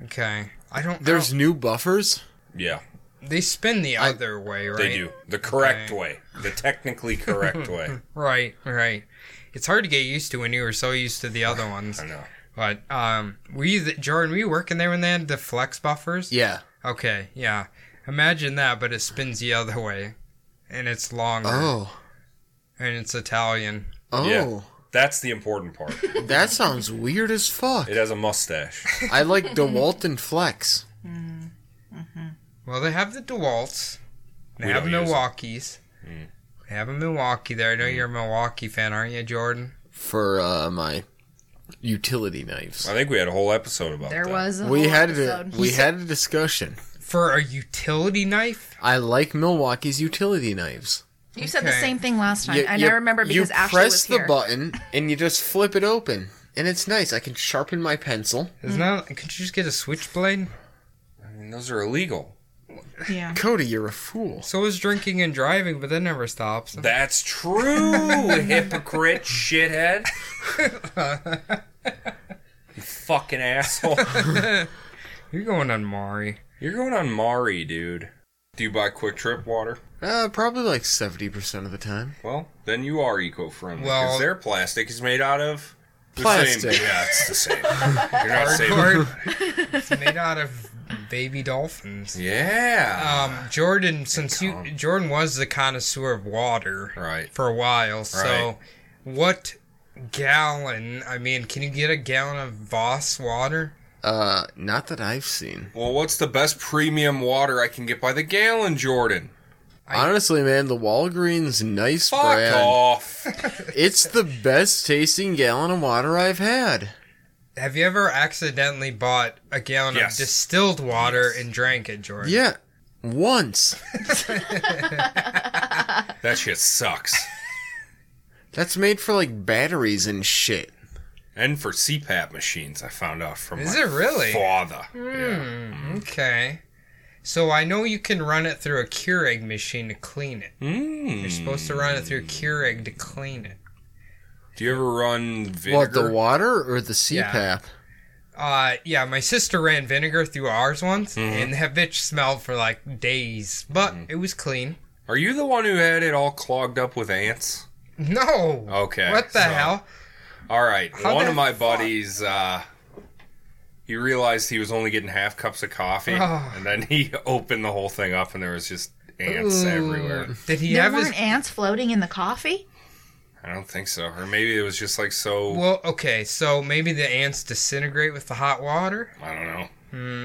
Speaker 3: Okay. I don't.
Speaker 5: There's
Speaker 3: There's
Speaker 5: new buffers.
Speaker 4: Yeah,
Speaker 3: they spin the other way, right?
Speaker 4: they do. The correct
Speaker 3: Okay.
Speaker 4: way. The technically correct way.
Speaker 3: Right, right. It's hard to get used to when you were so used to the other ones.
Speaker 4: I know.
Speaker 3: But um, we Jordan, were you working there when they had the flex buffers?
Speaker 5: Yeah.
Speaker 3: Okay, yeah. Imagine that, but it spins the other way, and it's longer,
Speaker 5: Oh.
Speaker 3: and it's Italian.
Speaker 5: Oh.
Speaker 4: Yeah. That's the important part.
Speaker 5: That sounds weird as fuck.
Speaker 4: It has a mustache.
Speaker 5: I like DeWalt and Flex.
Speaker 3: Well, they have the Dewalts. They
Speaker 4: We
Speaker 3: have
Speaker 4: don't use Mm. them.
Speaker 3: Milwaukee's. They have a Milwaukee there. I know you're a Milwaukee fan, aren't you, Jordan?
Speaker 5: for uh, my utility knives.
Speaker 4: I think we had a whole episode about
Speaker 6: There
Speaker 4: that.
Speaker 6: was a
Speaker 5: We
Speaker 6: whole
Speaker 5: had a,
Speaker 6: episode.
Speaker 5: we had a discussion.
Speaker 3: For a utility knife,
Speaker 5: I like Milwaukee's utility knives.
Speaker 6: You said the
Speaker 3: Okay.
Speaker 6: same thing last time,
Speaker 5: You-
Speaker 6: and
Speaker 5: you-
Speaker 6: I remember because
Speaker 5: you
Speaker 6: Ashley
Speaker 5: press
Speaker 6: was
Speaker 5: the
Speaker 6: here.
Speaker 5: button and you just flip it open, and it's nice. I can sharpen my pencil.
Speaker 3: isn't that? Could you just get a switchblade?
Speaker 4: I mean, those are illegal.
Speaker 6: Yeah.
Speaker 5: Cody, you're a fool.
Speaker 3: So is drinking and driving, but that never stops.
Speaker 4: That's true, hypocrite shithead. You fucking asshole.
Speaker 3: You're going on Mari.
Speaker 4: You're going on Mari, dude. Do you buy Quick Trip water?
Speaker 5: Uh, probably like seventy percent of the time.
Speaker 4: Well, then you are eco-friendly because
Speaker 3: Well-
Speaker 4: their plastic is made out of the
Speaker 5: Plastic.
Speaker 4: Same. Yeah, it's the same. You're not saving.
Speaker 3: Cardboard. it's made out of baby dolphins.
Speaker 4: Yeah.
Speaker 3: Um, Jordan, since you Jordan was the connoisseur of water,
Speaker 4: Right.
Speaker 3: for a while. So, what gallon? I mean, can you get a gallon of Voss water?
Speaker 5: Uh, not that I've seen.
Speaker 4: well, what's the best premium water I can get by the gallon, Jordan?
Speaker 5: Honestly, man, the Walgreens nice
Speaker 4: Fuck
Speaker 5: brand.
Speaker 4: off.
Speaker 5: It's the best tasting gallon of water I've had.
Speaker 3: Have you ever accidentally bought a gallon
Speaker 4: Yes.
Speaker 3: of distilled water and drank it, Jordan?
Speaker 5: Yeah, once.
Speaker 4: That shit sucks.
Speaker 5: That's made for like batteries and shit.
Speaker 4: And for CPAP machines, I found out from
Speaker 3: Is
Speaker 4: my
Speaker 3: it really?
Speaker 4: father. Yeah.
Speaker 3: Okay. So I know you can run it through a Keurig machine to clean it. Hmm.
Speaker 4: Hmm.
Speaker 3: You're supposed to run it through Keurig to clean it.
Speaker 4: Do you ever run vinegar?
Speaker 5: What, the water or the CPAP?
Speaker 3: Yeah. Uh, yeah, my sister ran vinegar through ours once,
Speaker 4: Mm-hmm.
Speaker 3: and that bitch smelled for like days, but it was clean.
Speaker 4: Are you the one who had it all clogged up with ants?
Speaker 3: No.
Speaker 4: Okay,
Speaker 3: What the
Speaker 4: so-
Speaker 3: hell?
Speaker 4: All right.
Speaker 3: How'd
Speaker 4: one
Speaker 3: that
Speaker 4: of my buddies, uh, he realized he was only getting half cups of coffee,
Speaker 3: Oh.
Speaker 4: and then he opened the whole thing up, and there was just ants
Speaker 3: Ooh.
Speaker 4: everywhere.
Speaker 3: Did he
Speaker 6: There
Speaker 3: have his?
Speaker 6: weren't ants floating in the coffee?
Speaker 4: I don't think so, or maybe it was just like so.
Speaker 3: Well, okay, so maybe the ants disintegrate with the hot water.
Speaker 4: I don't know.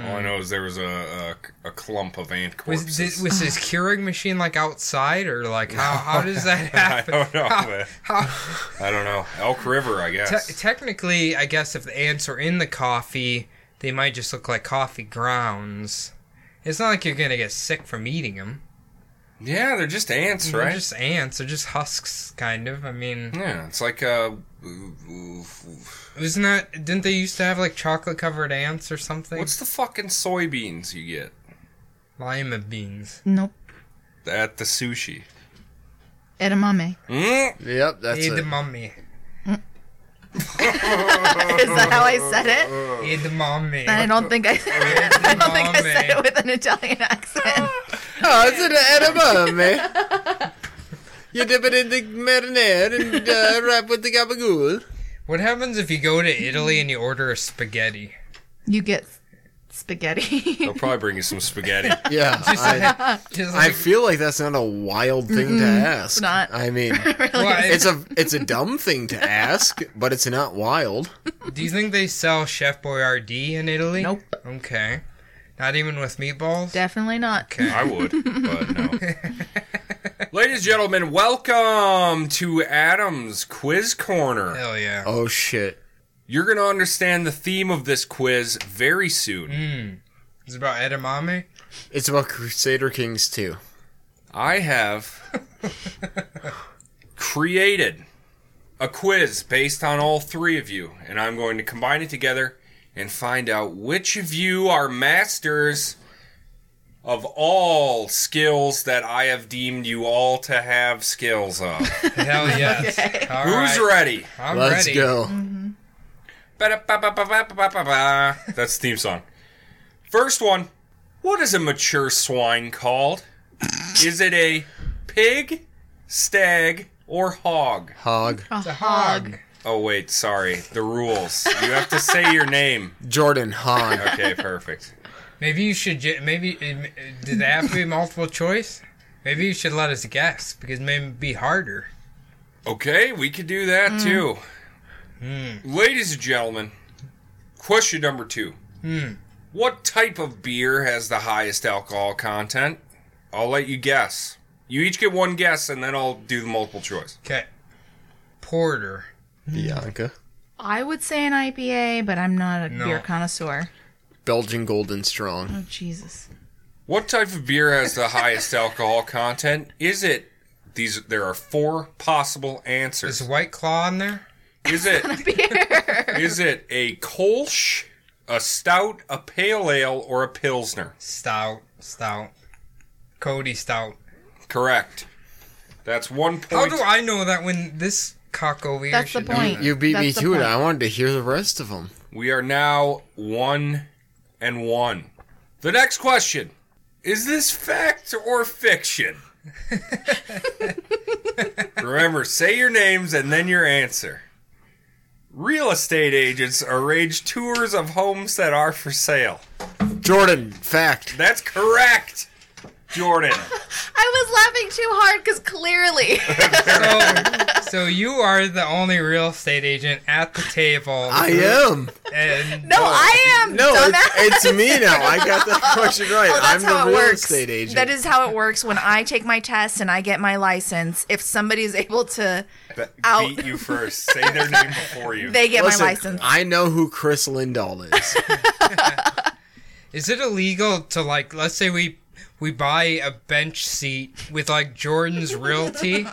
Speaker 4: All I know is there was a a, a clump of ant
Speaker 3: Hmm. Was
Speaker 4: corpses.
Speaker 3: thi- was his Keurig machine like outside or like how how does that happen?
Speaker 4: don't know,
Speaker 3: How-
Speaker 4: man.
Speaker 3: how-
Speaker 4: I don't know. Elk River, I guess.
Speaker 3: Te- technically, I guess if the ants are in the coffee, they might just look like coffee grounds. It's not like you're gonna get sick from eating them.
Speaker 4: yeah, they're just ants,
Speaker 3: They're
Speaker 4: right?
Speaker 3: just ants. They're just husks, kind of. I mean,
Speaker 4: Yeah, it's like uh,
Speaker 3: isn't that? Didn't they used to have like chocolate covered ants or something?
Speaker 4: what's the fucking soybeans you get
Speaker 3: lima beans?
Speaker 6: Nope.
Speaker 4: at the sushi?
Speaker 6: Edamame.
Speaker 4: Mm?
Speaker 5: Yep, that's
Speaker 3: Eat the
Speaker 5: it.
Speaker 3: mummy.
Speaker 6: Is that how I said it?
Speaker 5: Oh.
Speaker 3: Eat the mummy.
Speaker 6: I don't think I. I don't think I said
Speaker 3: Edamame.
Speaker 6: it with an Italian accent.
Speaker 5: Oh, it's an edamame. you dip it in the marinade and uh, wrap with the gabagool.
Speaker 3: What happens if you go to Italy and you order a spaghetti?
Speaker 6: You get spaghetti.
Speaker 4: They'll probably bring you some spaghetti.
Speaker 5: Yeah, I,
Speaker 3: Just
Speaker 5: I
Speaker 3: like,
Speaker 5: feel like that's not a wild thing to ask.
Speaker 6: not.
Speaker 5: I mean,
Speaker 6: really?
Speaker 3: Why?
Speaker 5: it's a it's a dumb thing to ask, but it's not wild.
Speaker 3: do you think they sell Chef Boyardee in Italy?
Speaker 6: Nope.
Speaker 3: Okay. Not even with meatballs.
Speaker 6: Definitely not.
Speaker 4: I would, but no. Ladies and gentlemen, welcome to Adam's Quiz Corner.
Speaker 3: Hell yeah.
Speaker 5: Oh shit.
Speaker 4: You're going to understand the theme of this quiz very soon.
Speaker 3: It's about edamame.
Speaker 5: It's about Crusader Kings 2.
Speaker 4: I have created a quiz based on all three of you, and I'm going to combine it together and find out which of you are masters of all skills that I have deemed you all to have skills of.
Speaker 3: Hell yes. All
Speaker 4: Who's
Speaker 3: right.
Speaker 4: ready?
Speaker 3: I'm
Speaker 5: Let's
Speaker 3: ready.
Speaker 5: go.
Speaker 4: Ba-da-ba-ba-ba-ba-ba-ba-ba. That's the theme song. First one. What is a mature swine called? Is it a pig, stag, or hog?
Speaker 5: Hog.
Speaker 6: A
Speaker 3: Hog.
Speaker 4: Oh, wait, sorry. The rules. You have to say your name.
Speaker 5: Jordan Hog.
Speaker 4: Okay, perfect.
Speaker 3: Maybe you should. ju- Maybe uh, did they have to be multiple choice? Maybe you should let us guess because maybe it'd be harder.
Speaker 4: Okay, we could do that too. Ladies and gentlemen, question number two. What type of beer has the highest alcohol content? I'll let you guess. You each get one guess, and then I'll do the multiple choice.
Speaker 3: Okay. Porter.
Speaker 5: Bianca.
Speaker 6: I would say an IPA, but I'm not a
Speaker 3: No.
Speaker 6: beer connoisseur.
Speaker 5: Belgian Golden Strong.
Speaker 6: Oh Jesus.
Speaker 4: What type of beer has the highest alcohol content? Is it these? There are four possible
Speaker 3: Is
Speaker 4: answers.
Speaker 3: White Claw in there?
Speaker 4: Is it is it a Kolsch, a stout, a pale ale, or a pilsner?
Speaker 3: Stout. Stout. Cody Stout.
Speaker 4: Correct. That's one point.
Speaker 3: How do I know that when this cock over here?
Speaker 6: That's the
Speaker 3: should know
Speaker 6: point.
Speaker 3: that?
Speaker 5: You beat
Speaker 6: That's
Speaker 5: me
Speaker 6: the
Speaker 5: to it.
Speaker 6: point.
Speaker 5: I wanted to hear the rest of them.
Speaker 4: We are now one and one. The next question is this fact or fiction? Remember, say your names and then your answer. Real estate agents arrange tours of homes that are for sale.
Speaker 5: Jordan, fact.
Speaker 4: That's correct, Jordan.
Speaker 6: I was laughing too hard because clearly
Speaker 3: So, so you are the only real estate agent at the table.
Speaker 5: I am.
Speaker 3: and
Speaker 6: No, I am.
Speaker 5: No,
Speaker 6: dumbass.
Speaker 5: it's, it's me now. I got that question right.
Speaker 6: Oh,
Speaker 5: I'm
Speaker 6: that's how
Speaker 5: the
Speaker 6: it
Speaker 5: real
Speaker 6: works.
Speaker 5: estate agent.
Speaker 6: That is how it works when I take my test and I get my license. If somebody's able to,
Speaker 4: Be-
Speaker 6: Out.
Speaker 4: Beat you first. Say their name before you.
Speaker 6: they get
Speaker 5: Listen,
Speaker 6: my license.
Speaker 5: I know who Chris Lindahl is.
Speaker 3: Is it illegal to like let's say we we buy a bench seat with like Jordan's realty,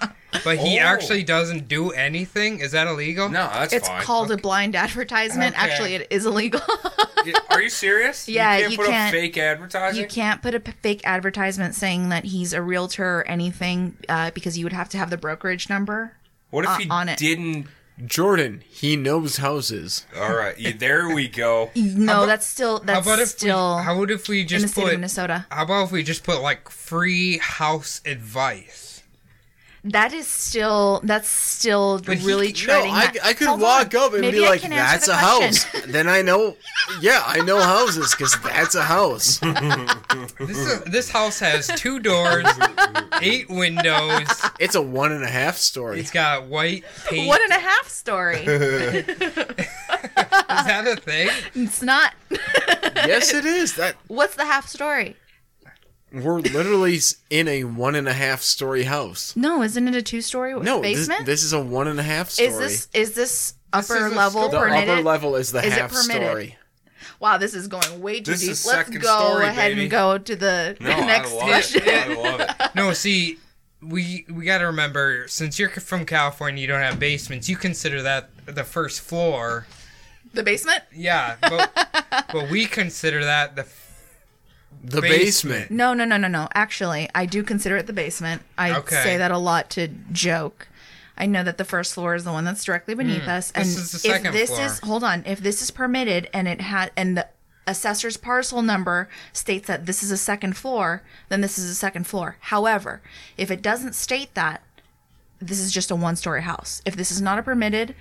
Speaker 3: but he
Speaker 4: Oh.
Speaker 3: actually doesn't do anything? Is that illegal?
Speaker 4: no, that's
Speaker 6: it's
Speaker 4: fine.
Speaker 6: called a blind advertisement.
Speaker 3: Okay.
Speaker 6: Actually, it is illegal.
Speaker 4: Are you serious?
Speaker 6: Yeah,
Speaker 4: you can't
Speaker 6: you
Speaker 4: put up
Speaker 6: can't-
Speaker 4: fake advertising.
Speaker 6: you can't put a p- fake advertisement saying that he's a realtor or anything uh, because you would have to have the brokerage number.
Speaker 4: What if
Speaker 6: uh,
Speaker 4: he
Speaker 6: on it.
Speaker 4: didn't?
Speaker 5: Jordan, he knows houses.
Speaker 4: All right, yeah, there we go.
Speaker 6: No,
Speaker 3: about-
Speaker 6: that's still
Speaker 3: How
Speaker 6: that's
Speaker 3: about if
Speaker 6: still
Speaker 3: we, how about if we
Speaker 6: in the
Speaker 3: just
Speaker 6: state
Speaker 3: put
Speaker 6: of Minnesota.
Speaker 3: how about if we just put like free house advice?
Speaker 6: That is still that's still
Speaker 3: he-
Speaker 6: really
Speaker 3: no,
Speaker 5: No,
Speaker 6: treading.
Speaker 5: I,
Speaker 6: that-
Speaker 5: I could
Speaker 6: Hold
Speaker 5: walk
Speaker 6: on.
Speaker 5: up and
Speaker 6: Maybe
Speaker 5: be
Speaker 6: I
Speaker 5: like,
Speaker 6: can answer
Speaker 5: that's
Speaker 6: the
Speaker 5: a house.
Speaker 6: question.
Speaker 5: Then I know, yeah, I know houses because that's a house.
Speaker 3: This is, this house has two doors, eight windows.
Speaker 5: It's a one and a half story.
Speaker 3: It's got white paint.
Speaker 6: One and a half story.
Speaker 3: Is that a thing?
Speaker 6: it's not.
Speaker 5: yes, it is. That
Speaker 6: What's the half story?
Speaker 5: We're literally s- in a one and a half story house.
Speaker 6: No, isn't it a two-story
Speaker 5: No, this,
Speaker 6: basement?
Speaker 5: this is a one and a half story.
Speaker 6: is this is this upper
Speaker 3: is a
Speaker 6: level
Speaker 3: story.
Speaker 5: the
Speaker 6: permitted?
Speaker 5: upper level is the
Speaker 6: Is it
Speaker 5: half
Speaker 6: permitted?
Speaker 5: story.
Speaker 6: Wow, this is going way too
Speaker 4: This
Speaker 6: deep.
Speaker 4: is
Speaker 6: Let's
Speaker 4: second
Speaker 6: go
Speaker 4: story,
Speaker 6: ahead
Speaker 4: baby.
Speaker 6: and go to the,
Speaker 4: No,
Speaker 6: the next
Speaker 4: I love
Speaker 6: question.
Speaker 4: it. I love it.
Speaker 3: No, see, we we got to remember since you're from California, you don't have basements. You consider that the first floor.
Speaker 6: The basement?
Speaker 3: Yeah, but, but we consider that the
Speaker 5: The
Speaker 3: Basement.
Speaker 5: basement.
Speaker 6: No, no, no, no, no. Actually, I do consider it the basement. I
Speaker 3: Okay.
Speaker 6: say that a lot to joke. I know that the first floor is the one that's directly beneath us, and
Speaker 3: Hmm. is the second
Speaker 6: if this
Speaker 3: floor.
Speaker 6: is hold on, if this is permitted and it had and the assessor's parcel number states that this is a second floor, then this is a second floor. However, if it doesn't state that, this is just a one-story house. If this is not a permitted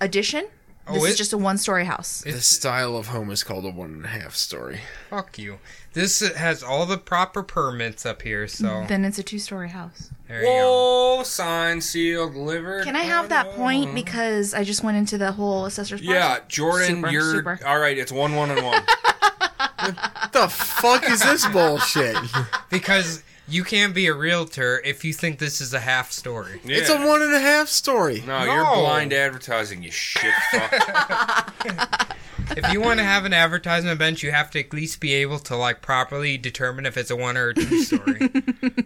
Speaker 6: addition, this
Speaker 3: Oh, it-
Speaker 6: is just a one-story house.
Speaker 5: The style of home is called a one and a half story.
Speaker 3: fuck you. This has all the proper permits up here, so
Speaker 6: then it's a two-story house.
Speaker 3: there you go.
Speaker 4: Whoa, signed, sealed, delivered.
Speaker 6: Can I have that point because I just went into the whole assessor's parcel?
Speaker 4: Mm-hmm. Yeah, Jordan,
Speaker 6: Super,
Speaker 4: you're
Speaker 6: super.
Speaker 4: all right. It's one, one, and one.
Speaker 5: What the fuck is this bullshit?
Speaker 3: Because you can't be a realtor if you think this is a half story.
Speaker 4: Yeah.
Speaker 5: It's a one and a half story.
Speaker 4: No,
Speaker 3: No.
Speaker 4: you're blind advertising. You shit fuck.
Speaker 3: if you want to have an advertisement bench, you have to at least be able to like properly determine if it's a one or a two story.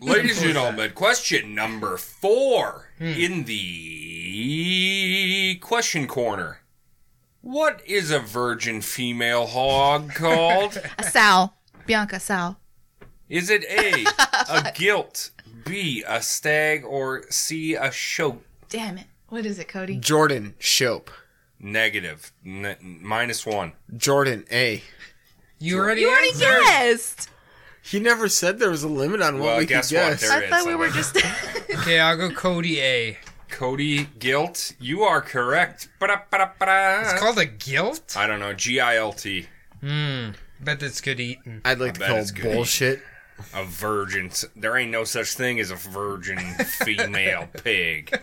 Speaker 4: Ladies and gentlemen, question number four
Speaker 6: Hmm.
Speaker 4: in the question corner. What is a virgin female hog called?
Speaker 6: A sow. Bianca, sow.
Speaker 4: is it A, a gilt, B, a stag, or C, a shoat?
Speaker 6: Damn it. What is it, Cody?
Speaker 5: Jordan Shope.
Speaker 4: Negative. N- minus one.
Speaker 5: Jordan A.
Speaker 3: you already
Speaker 6: You already
Speaker 3: answered.
Speaker 6: guessed.
Speaker 5: He never said there was a limit on what
Speaker 4: Well,
Speaker 5: we
Speaker 4: guess
Speaker 5: could
Speaker 4: what?
Speaker 5: guess.
Speaker 4: There-
Speaker 6: I thought we were just.
Speaker 3: Okay, I'll go Cody A.
Speaker 4: Cody, gilt, you are correct. Ba-da-ba-da-ba-da.
Speaker 3: It's called a guilt.
Speaker 4: I don't know. G I L T.
Speaker 3: Bet that's good eating.
Speaker 5: I'd like to
Speaker 4: bet
Speaker 5: call
Speaker 4: it's good.
Speaker 5: bullshit.
Speaker 4: A virgin. There ain't no such thing as a virgin female pig.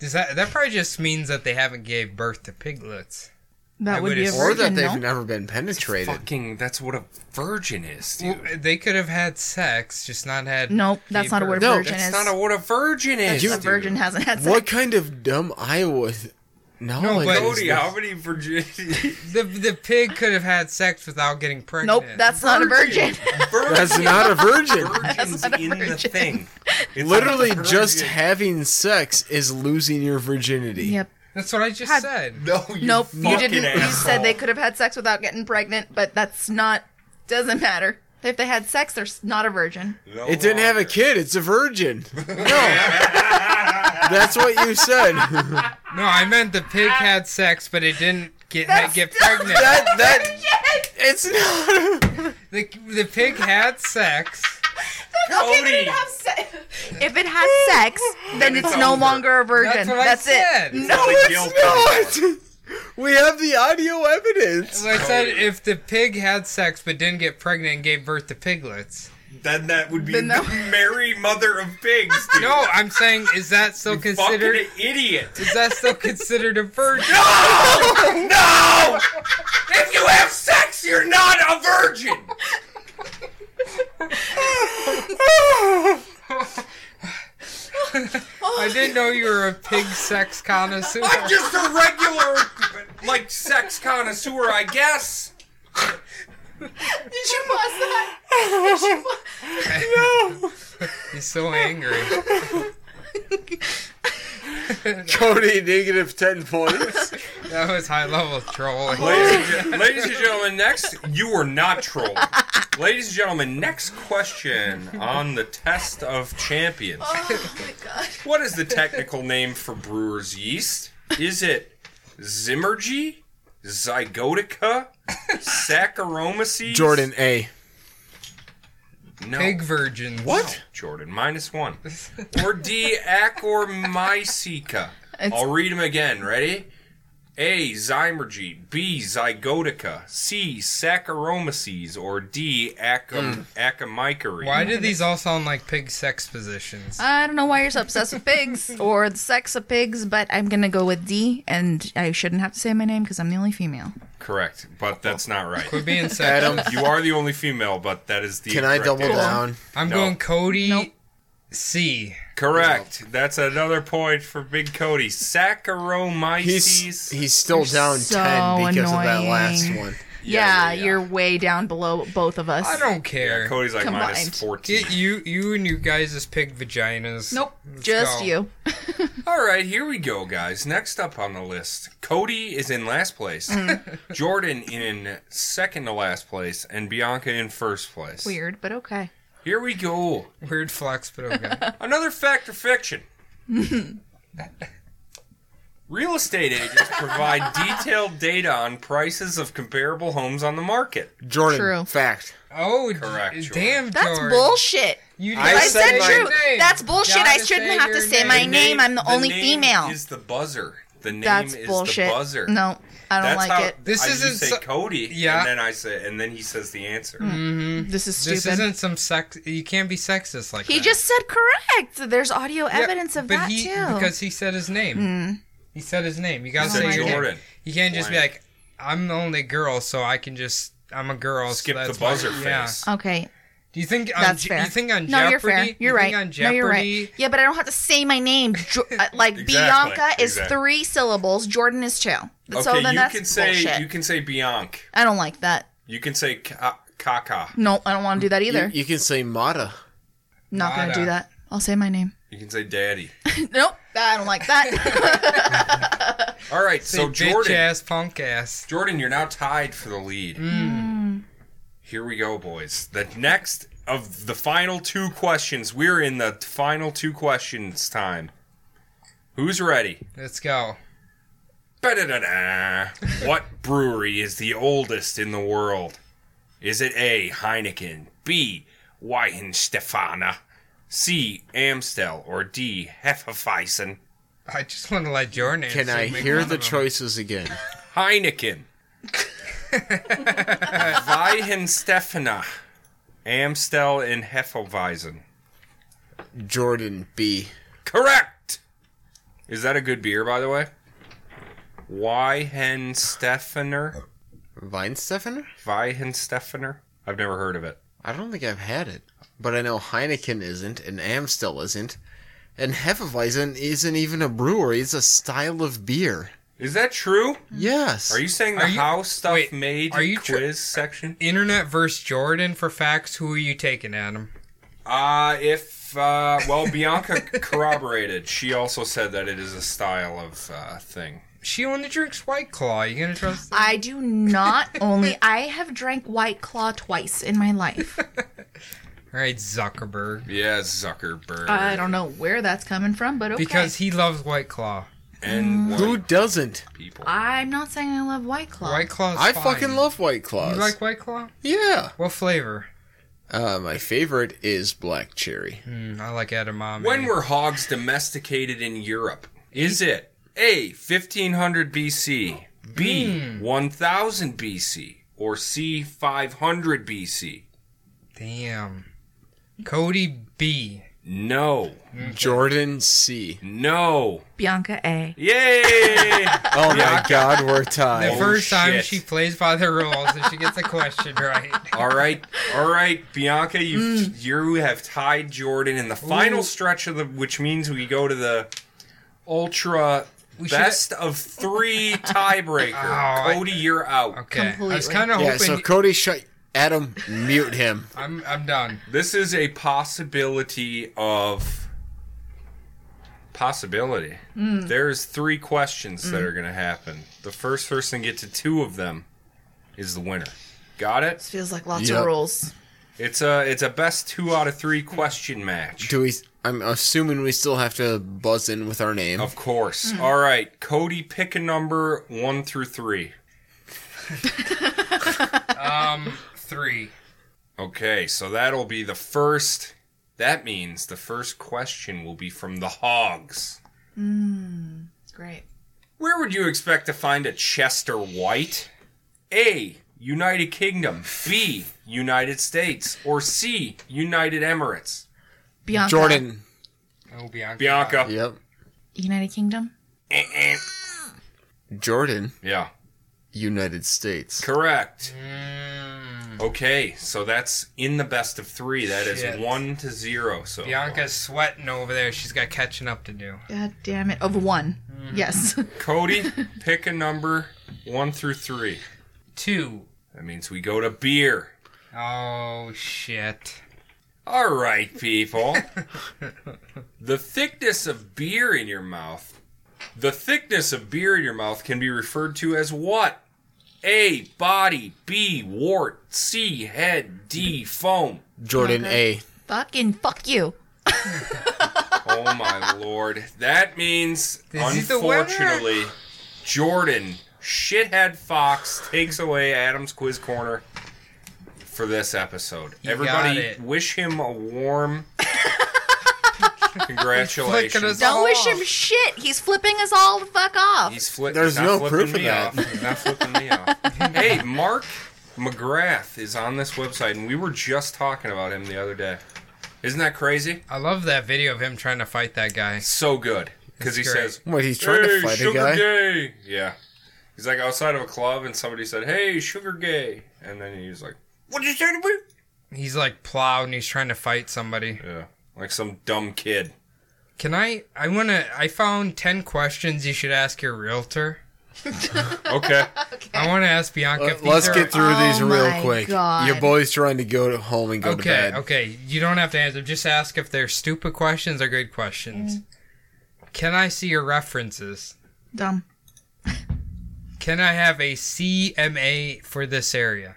Speaker 3: Does that that probably just means that they haven't gave birth to piglets? I
Speaker 6: That
Speaker 3: would
Speaker 6: would be a
Speaker 3: assume-
Speaker 5: Or that
Speaker 6: virgin,
Speaker 5: they've
Speaker 6: no?
Speaker 5: never been penetrated.
Speaker 4: Fucking, that's what a virgin is, dude.
Speaker 3: Well, they could have had sex, just not had.
Speaker 6: Nope, that's not a word
Speaker 5: No,
Speaker 6: virgin
Speaker 4: That's
Speaker 6: is.
Speaker 4: not a, what a virgin is.
Speaker 6: a
Speaker 4: dude.
Speaker 6: virgin hasn't had sex.
Speaker 5: What kind of dumb Iowa th- knowledge
Speaker 3: but-
Speaker 5: is
Speaker 4: Cody,
Speaker 5: this?
Speaker 4: how many virginities?
Speaker 3: The the pig could have had sex without getting pregnant.
Speaker 6: Nope, that's not a virgin.
Speaker 5: That's
Speaker 4: Virgin.
Speaker 5: not a virgin.
Speaker 4: Virgin's
Speaker 6: not a
Speaker 4: in the
Speaker 6: virgin.
Speaker 4: thing. It's
Speaker 5: Literally,
Speaker 4: not a
Speaker 5: just
Speaker 4: virgin.
Speaker 5: having sex is losing your virginity.
Speaker 6: yep.
Speaker 3: That's what I just
Speaker 6: Had-
Speaker 3: said.
Speaker 4: No, you
Speaker 6: Nope, you
Speaker 4: fucking
Speaker 6: didn't. You said
Speaker 4: asshole.
Speaker 6: they could have had sex without getting pregnant, but that's not. Doesn't matter. If they had sex, they're s- not a virgin.
Speaker 4: No
Speaker 5: It didn't have a
Speaker 4: longer.
Speaker 5: kid. It's a virgin. No, that's what you said.
Speaker 3: No, I meant the pig had sex, but it didn't get
Speaker 6: That's
Speaker 3: get
Speaker 6: still-
Speaker 3: pregnant.
Speaker 5: That that it's not.
Speaker 3: The, the pig had sex.
Speaker 6: Okay, then
Speaker 4: Cody.
Speaker 6: it have se- if it has sex, then it's no
Speaker 4: over.
Speaker 6: longer a virgin.
Speaker 3: That's what I
Speaker 6: That's
Speaker 3: said.
Speaker 6: it. No,
Speaker 4: Really guilty.
Speaker 5: It's not. We have the audio evidence.
Speaker 3: I said
Speaker 4: Oh.
Speaker 3: if the pig had sex but didn't get pregnant and gave birth to piglets.
Speaker 4: Then that would be
Speaker 6: Then that-
Speaker 4: the Mary Mother of Pigs, dude.
Speaker 3: No, I'm saying is that still considered?
Speaker 4: Fucking idiot.
Speaker 3: Is that still considered a virgin?
Speaker 4: No! if you have sex, you're not a virgin!
Speaker 3: I didn't know you were a pig sex connoisseur.
Speaker 4: I'm just a regular, like, sex connoisseur, I guess.
Speaker 6: did you pause that?
Speaker 3: He's so angry.
Speaker 5: Cody, negative ten points.
Speaker 3: That was high level trolling.
Speaker 4: Ladies and, gen- ladies and gentlemen, next, you were not trolling. Ladies and gentlemen, next question on the test of champions.
Speaker 6: Oh my god.
Speaker 4: What is the technical name for brewer's yeast? Is it Zimmergy, Zygotica, Saccharomyces?
Speaker 5: Jordan A.
Speaker 4: no.
Speaker 3: Pig virgins.
Speaker 4: What? Jordan, minus one. Or D, Acormycica.
Speaker 6: It's-
Speaker 4: I'll read them again. Ready? A, Zymergy. B, Zygotica. C, Saccharomyces. Or D, Acum,
Speaker 5: Hmm.
Speaker 4: Acamycary.
Speaker 3: Why do these all sound like pig sex positions?
Speaker 6: I don't know why you're so obsessed with pigs or the sex of pigs, but I'm gonna go with D, and I shouldn't have to say my name because I'm the only female.
Speaker 4: Correct, but that's not right.
Speaker 3: We're being sexual.
Speaker 5: Adam,
Speaker 4: You are the only female, but that is the
Speaker 5: can I
Speaker 4: correct
Speaker 5: double
Speaker 4: answer.
Speaker 5: down?
Speaker 3: I'm
Speaker 4: No.
Speaker 3: going Cody
Speaker 6: Nope.
Speaker 3: C.
Speaker 4: Correct. That's another point for Big Cody. Saccharomyces.
Speaker 5: He's he's still down
Speaker 6: so
Speaker 5: ten because of that
Speaker 6: annoying.
Speaker 5: last one.
Speaker 6: Yeah,
Speaker 4: yeah, yeah.
Speaker 6: you're way down below both of us.
Speaker 3: I don't care.
Speaker 4: Cody's like minus
Speaker 6: Combined.
Speaker 4: 14.
Speaker 3: Get you, you and you guys' pig vaginas.
Speaker 6: Nope,
Speaker 3: Let's
Speaker 6: just
Speaker 3: go.
Speaker 6: you.
Speaker 4: All right, here we go, guys. Next up on the list, Cody is in last place,
Speaker 6: Mm.
Speaker 4: Jordan in second to last place, and Bianca in first place.
Speaker 6: Weird, but okay.
Speaker 4: Here we go.
Speaker 3: Weird flex, but okay.
Speaker 4: Another fact or fiction. Real estate agents provide detailed data on prices of comparable homes on the market.
Speaker 5: Jordan,
Speaker 6: True.
Speaker 5: fact.
Speaker 3: Oh,
Speaker 4: Correct,
Speaker 3: d-
Speaker 4: Jordan.
Speaker 3: damn,
Speaker 6: That's
Speaker 3: Jordan.
Speaker 6: bullshit.
Speaker 3: You
Speaker 5: I
Speaker 6: I
Speaker 3: gotta
Speaker 6: said
Speaker 5: said
Speaker 3: your
Speaker 5: my
Speaker 6: true.
Speaker 3: name.
Speaker 6: That's bullshit.
Speaker 3: Gotta
Speaker 6: I shouldn't have to
Speaker 3: your
Speaker 6: say my
Speaker 3: name.
Speaker 6: name. I'm the, only
Speaker 4: name
Speaker 6: female.
Speaker 4: Is the buzzer? The name
Speaker 6: That's
Speaker 4: is
Speaker 6: bullshit.
Speaker 4: the buzzer.
Speaker 6: No, I don't
Speaker 4: That's
Speaker 6: like
Speaker 4: how
Speaker 6: it.
Speaker 3: This
Speaker 4: I, you
Speaker 3: isn't
Speaker 4: say
Speaker 3: so-
Speaker 4: Cody,
Speaker 3: Yeah.
Speaker 4: and then I say, and then he says the answer.
Speaker 6: Mm.
Speaker 3: Mm-hmm.
Speaker 6: This is
Speaker 3: This
Speaker 6: stupid.
Speaker 3: isn't some sex. You can't be sexist like that.
Speaker 6: he just said correct. There's audio
Speaker 3: Yeah,
Speaker 6: evidence of
Speaker 3: but
Speaker 6: that
Speaker 3: he,
Speaker 6: too. Hmm.
Speaker 3: Because he said his name. He said his name. You gotta
Speaker 6: I
Speaker 3: say
Speaker 6: don't like
Speaker 3: your
Speaker 6: it.
Speaker 3: name.
Speaker 4: Jordan.
Speaker 3: You can't just be
Speaker 4: Blank.
Speaker 3: like, I'm the only girl, so I can just. I'm a girl. so
Speaker 4: Skip the
Speaker 3: that's why-
Speaker 4: buzzer
Speaker 3: Yeah.
Speaker 4: face.
Speaker 6: okay,
Speaker 3: Do you think on,
Speaker 6: That's
Speaker 3: Je-
Speaker 6: fair.
Speaker 3: you think on Jeopardy?
Speaker 6: no, you're fair. You're
Speaker 3: you
Speaker 6: right.
Speaker 3: Think on
Speaker 6: No,
Speaker 3: Jeopardy,
Speaker 6: you're right. Yeah, but I don't have to say my name. Jo- uh, like Bianca is
Speaker 4: exactly.
Speaker 6: three syllables. Jordan is two.
Speaker 4: Okay,
Speaker 6: so then
Speaker 4: you
Speaker 6: that's
Speaker 4: can say
Speaker 6: bullshit.
Speaker 4: you can say Bianc.
Speaker 6: I don't like that.
Speaker 4: You can say ca- caca.
Speaker 6: No, I don't want to do that either.
Speaker 5: You, you can say Mata.
Speaker 6: Not going to
Speaker 3: Nada.
Speaker 6: do that. I'll say my name.
Speaker 4: You can say daddy.
Speaker 6: nope. I don't like that.
Speaker 4: All right,
Speaker 3: Say
Speaker 4: so
Speaker 3: bitch
Speaker 4: Jordan,
Speaker 3: ass, punk ass.
Speaker 4: Jordan, you're now tied for the lead. Here we go, boys. The next of the final two questions. We're in the final two questions time. Who's ready?
Speaker 3: Let's go.
Speaker 4: Ba-da-da-da. what brewery is the oldest in the world? Is it A. Heineken, B. Weihenstephaner, C. Amstel, or D. Hefeweizen?
Speaker 3: I just want to let Jordan.
Speaker 5: Can
Speaker 3: answer,
Speaker 5: I
Speaker 3: make
Speaker 5: hear
Speaker 3: fun
Speaker 5: the
Speaker 3: of him.
Speaker 5: choices again?
Speaker 4: Heineken, Weihenstephaner, Amstel, and Hefeweizen.
Speaker 5: Jordan B.
Speaker 4: Correct. Is that a good beer, by the way? Weihenstephaner,
Speaker 5: Weinstephaner?
Speaker 4: Weihenstephaner. I've never heard of it.
Speaker 5: I don't think I've had it, but I know Heineken isn't, and Amstel isn't, and Hefeweizen isn't even a brewery. It's a style of beer.
Speaker 4: Is that true?
Speaker 5: Yes.
Speaker 4: Are you saying the
Speaker 3: you-
Speaker 4: how stuff
Speaker 3: wait,
Speaker 4: made
Speaker 3: are you tr-
Speaker 4: quiz section?
Speaker 3: Internet versus Jordan for facts. Who are you taking, Adam?
Speaker 4: Uh, if uh, well, Bianca corroborated. She also said that it is a style of uh, thing.
Speaker 3: She only drinks White Claw. You gonna trust?
Speaker 6: I do not only. I have drank White Claw twice in my life.
Speaker 3: All right, Zuckerberg,
Speaker 4: Yeah, Zuckerberg.
Speaker 6: I don't know where that's coming from, but okay.
Speaker 3: because he loves White Claw.
Speaker 6: Mm.
Speaker 4: and
Speaker 5: Who
Speaker 4: white
Speaker 5: doesn't?
Speaker 4: people.
Speaker 6: I'm not saying I love White Claw.
Speaker 3: White Claw's
Speaker 5: I
Speaker 3: fine.
Speaker 5: fucking love White Claws.
Speaker 3: You like White Claw?
Speaker 5: yeah.
Speaker 3: What flavor?
Speaker 5: Uh, my favorite is black cherry.
Speaker 3: Mm, I like edamame.
Speaker 4: When were hogs domesticated in Europe? Is it A 1500 BC, B 1000 BC, or C 500 BC?
Speaker 3: Damn. Cody B.
Speaker 4: No,
Speaker 5: Jordan C.
Speaker 4: no.
Speaker 6: Bianca A.
Speaker 4: Yay!
Speaker 5: Oh my god, we're
Speaker 3: The
Speaker 5: tied.
Speaker 3: first time
Speaker 4: Oh, shit.
Speaker 3: she plays by the rules and she gets a question right.
Speaker 4: All right, all right, Bianca, you
Speaker 3: Mm.
Speaker 4: you have tied Jordan in the final stretch of the, which means we go to the ultra
Speaker 3: should-
Speaker 4: best of three tiebreaker.
Speaker 3: Oh, I-
Speaker 4: Cody, you're out.
Speaker 3: Okay. I was
Speaker 6: Completely.
Speaker 3: kind of
Speaker 5: Yeah,
Speaker 3: hoping
Speaker 5: so Cody shut Adam mute him.
Speaker 3: I'm I'm done.
Speaker 4: This is a possibility of possibility.
Speaker 3: Mm.
Speaker 4: There's three questions that are going to happen. The first person to get to two of them is the winner. Got it?
Speaker 6: Feels like lots
Speaker 5: Yep.
Speaker 6: of rules.
Speaker 4: It's a it's a best two out of three question match.
Speaker 5: Do we I'm assuming we still have to buzz in with our name.
Speaker 3: Mm-hmm.
Speaker 4: Of course. All right, Cody, pick a number one through three.
Speaker 3: Um, three.
Speaker 4: Okay, so that'll be the first. That means the first question will be from the Hogs.
Speaker 6: Great.
Speaker 4: Where would you expect to find a Chester White? A. United Kingdom. B. United States. Or C. United Emirates.
Speaker 6: Bianca.
Speaker 5: Jordan.
Speaker 3: Oh, Bianca.
Speaker 4: Bianca.
Speaker 5: Yep.
Speaker 6: United Kingdom.
Speaker 5: Jordan,
Speaker 4: Yeah.
Speaker 5: United States.
Speaker 4: Correct.
Speaker 3: Mm,
Speaker 4: Okay, so that's in the best of three. That is
Speaker 3: Shit.
Speaker 4: one to zero. So
Speaker 3: Bianca's sweating over there. She's got catching up to do.
Speaker 6: God damn it. Of one.
Speaker 3: Mm.
Speaker 6: Yes.
Speaker 4: Cody, pick a number one through three.
Speaker 3: Two.
Speaker 4: That means we go to beer.
Speaker 3: Oh shit.
Speaker 4: All right, people. the thickness of beer in your mouth. The thickness of beer in your mouth can be referred to as what? A. Body. B. Wart. C. Head. D. Foam.
Speaker 5: Jordan A.
Speaker 6: Fucking fuck you.
Speaker 4: Oh my lord. That means,
Speaker 3: This is the winner.
Speaker 4: unfortunately, Jordan Shithead Fox takes away Adam's Quiz Corner for this episode.
Speaker 3: You got
Speaker 4: Everybody,
Speaker 3: it.
Speaker 4: wish him a warm
Speaker 3: Flicking us
Speaker 4: congratulations.
Speaker 6: Don't
Speaker 3: off.
Speaker 6: wish him shit. He's flipping us all the fuck off.
Speaker 4: He's flipping.
Speaker 5: There's
Speaker 4: not
Speaker 5: no
Speaker 4: flipping
Speaker 5: proof of
Speaker 4: me
Speaker 5: that.
Speaker 4: Off. He's not flipping me off. Hey, Mark McGrath is on this website, and we were just talking about him the other day. Isn't that crazy?
Speaker 3: I love that video of him trying to fight that guy.
Speaker 4: So good because he
Speaker 3: great.
Speaker 4: says,
Speaker 5: What he's trying to fight a
Speaker 4: sugar
Speaker 5: guy?
Speaker 4: gay. Yeah. He's like outside of a club and somebody said, hey, sugar gay. And then he was like, what'd you say to me?
Speaker 3: He's like plowed and he's trying to fight somebody.
Speaker 4: Yeah. Like some dumb kid.
Speaker 3: Can I? I want to. I found 10 questions you should ask your realtor.
Speaker 4: Okay.
Speaker 3: I want to ask Bianca. if
Speaker 5: Let,
Speaker 3: these
Speaker 5: us
Speaker 3: are-
Speaker 5: Uh, get through
Speaker 6: Oh
Speaker 5: these real
Speaker 6: my
Speaker 5: quick.
Speaker 6: God.
Speaker 5: Your boy's trying to go to home and go to
Speaker 3: Okay,
Speaker 5: bed.
Speaker 3: okay. You don't have to answer. Just ask if they're stupid questions or good questions.
Speaker 6: Mm.
Speaker 3: Can I see your references?
Speaker 6: Dumb.
Speaker 3: Can I have a CMA for this area?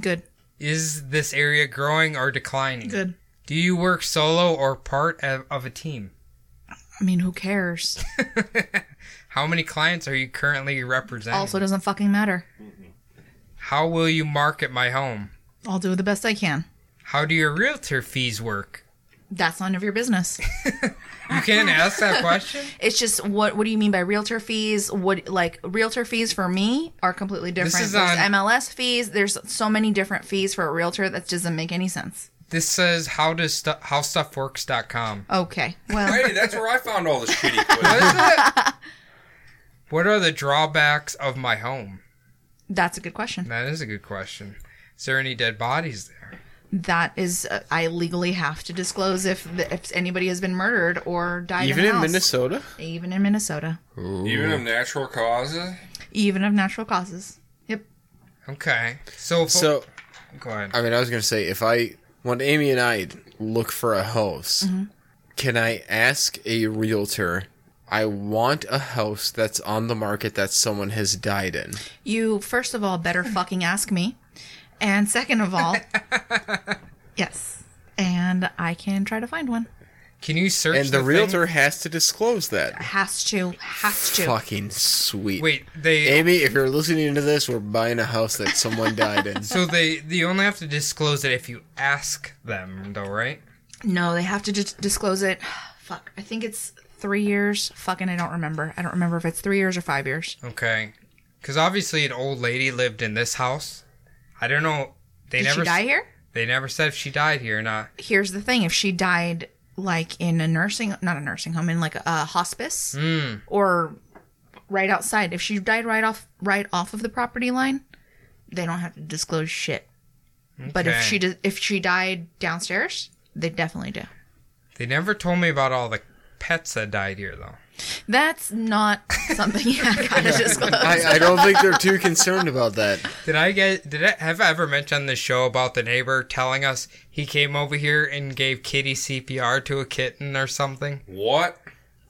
Speaker 6: Good.
Speaker 3: Is this area growing or declining?
Speaker 6: Good.
Speaker 3: Do you work solo or part of, of a team?
Speaker 6: I mean, who cares?
Speaker 3: How many clients are you currently representing?
Speaker 6: also doesn't fucking matter.
Speaker 3: How will you market my home?
Speaker 6: I'll do the best I can.
Speaker 3: How do your realtor fees work?
Speaker 6: That's none of your business.
Speaker 3: You can't ask that question?
Speaker 6: It's just what what do you mean by realtor fees? What like realtor fees for me are completely different.
Speaker 3: is
Speaker 6: There's
Speaker 3: on-
Speaker 6: MLS fees. There's so many different fees for a realtor that doesn't make any sense.
Speaker 3: This says how does stu- howstuffworks.com.
Speaker 6: Okay. Well,
Speaker 4: hey, that's where I found all the shitty quizzes.
Speaker 3: What are the drawbacks of my home?
Speaker 6: that's a good question.
Speaker 3: That is a good question. Is there any dead bodies there?
Speaker 6: That is uh, I legally have to disclose if the, if anybody has been murdered or died
Speaker 5: Even
Speaker 6: in, a
Speaker 5: in
Speaker 6: house.
Speaker 5: Minnesota?
Speaker 6: Even in Minnesota.
Speaker 4: Even of natural causes.
Speaker 6: Even of natural causes. Yep.
Speaker 3: Okay. So, if-
Speaker 5: So,
Speaker 3: go ahead.
Speaker 5: I mean, I was going to say, if I, when Amy and I look for a house, can I ask a realtor, I want a house that's on the market that someone has died in?
Speaker 6: You first of all better fucking ask me, and second of all, yes, and I can try to find one.
Speaker 3: Can you search
Speaker 5: And the,
Speaker 3: thing?
Speaker 5: realtor has to disclose that.
Speaker 6: Has to, has to.
Speaker 5: Fucking sweet.
Speaker 3: Wait, they
Speaker 5: Amy, if you're listening to this, we're buying a house that someone died in.
Speaker 3: so they you only have to disclose it if you ask them, though, right?
Speaker 6: No, they have to dis- disclose it. Fuck, I think it's three years. Fucking, I don't remember. I don't remember if it's three years or five years.
Speaker 3: Okay. Because obviously, an old lady lived in this house. I don't know. They
Speaker 6: Did
Speaker 3: never
Speaker 6: she die here?
Speaker 3: They never said if she died here or not.
Speaker 6: Here's the thing: if she died like in a nursing, not a nursing home, in like a hospice or right outside, if she died right off, right off of the property line, they don't have to disclose shit. But if
Speaker 3: Okay.
Speaker 6: she did, if she died downstairs, they definitely do.
Speaker 3: They never told me about all the pets that died here, though.
Speaker 6: That's not something you gotta disclose.
Speaker 5: I, I don't think they're too concerned about that.
Speaker 3: Did I get? Did I have I ever mentioned on the show about the neighbor telling us he came over here and gave kitty CPR to a kitten or something?
Speaker 4: What?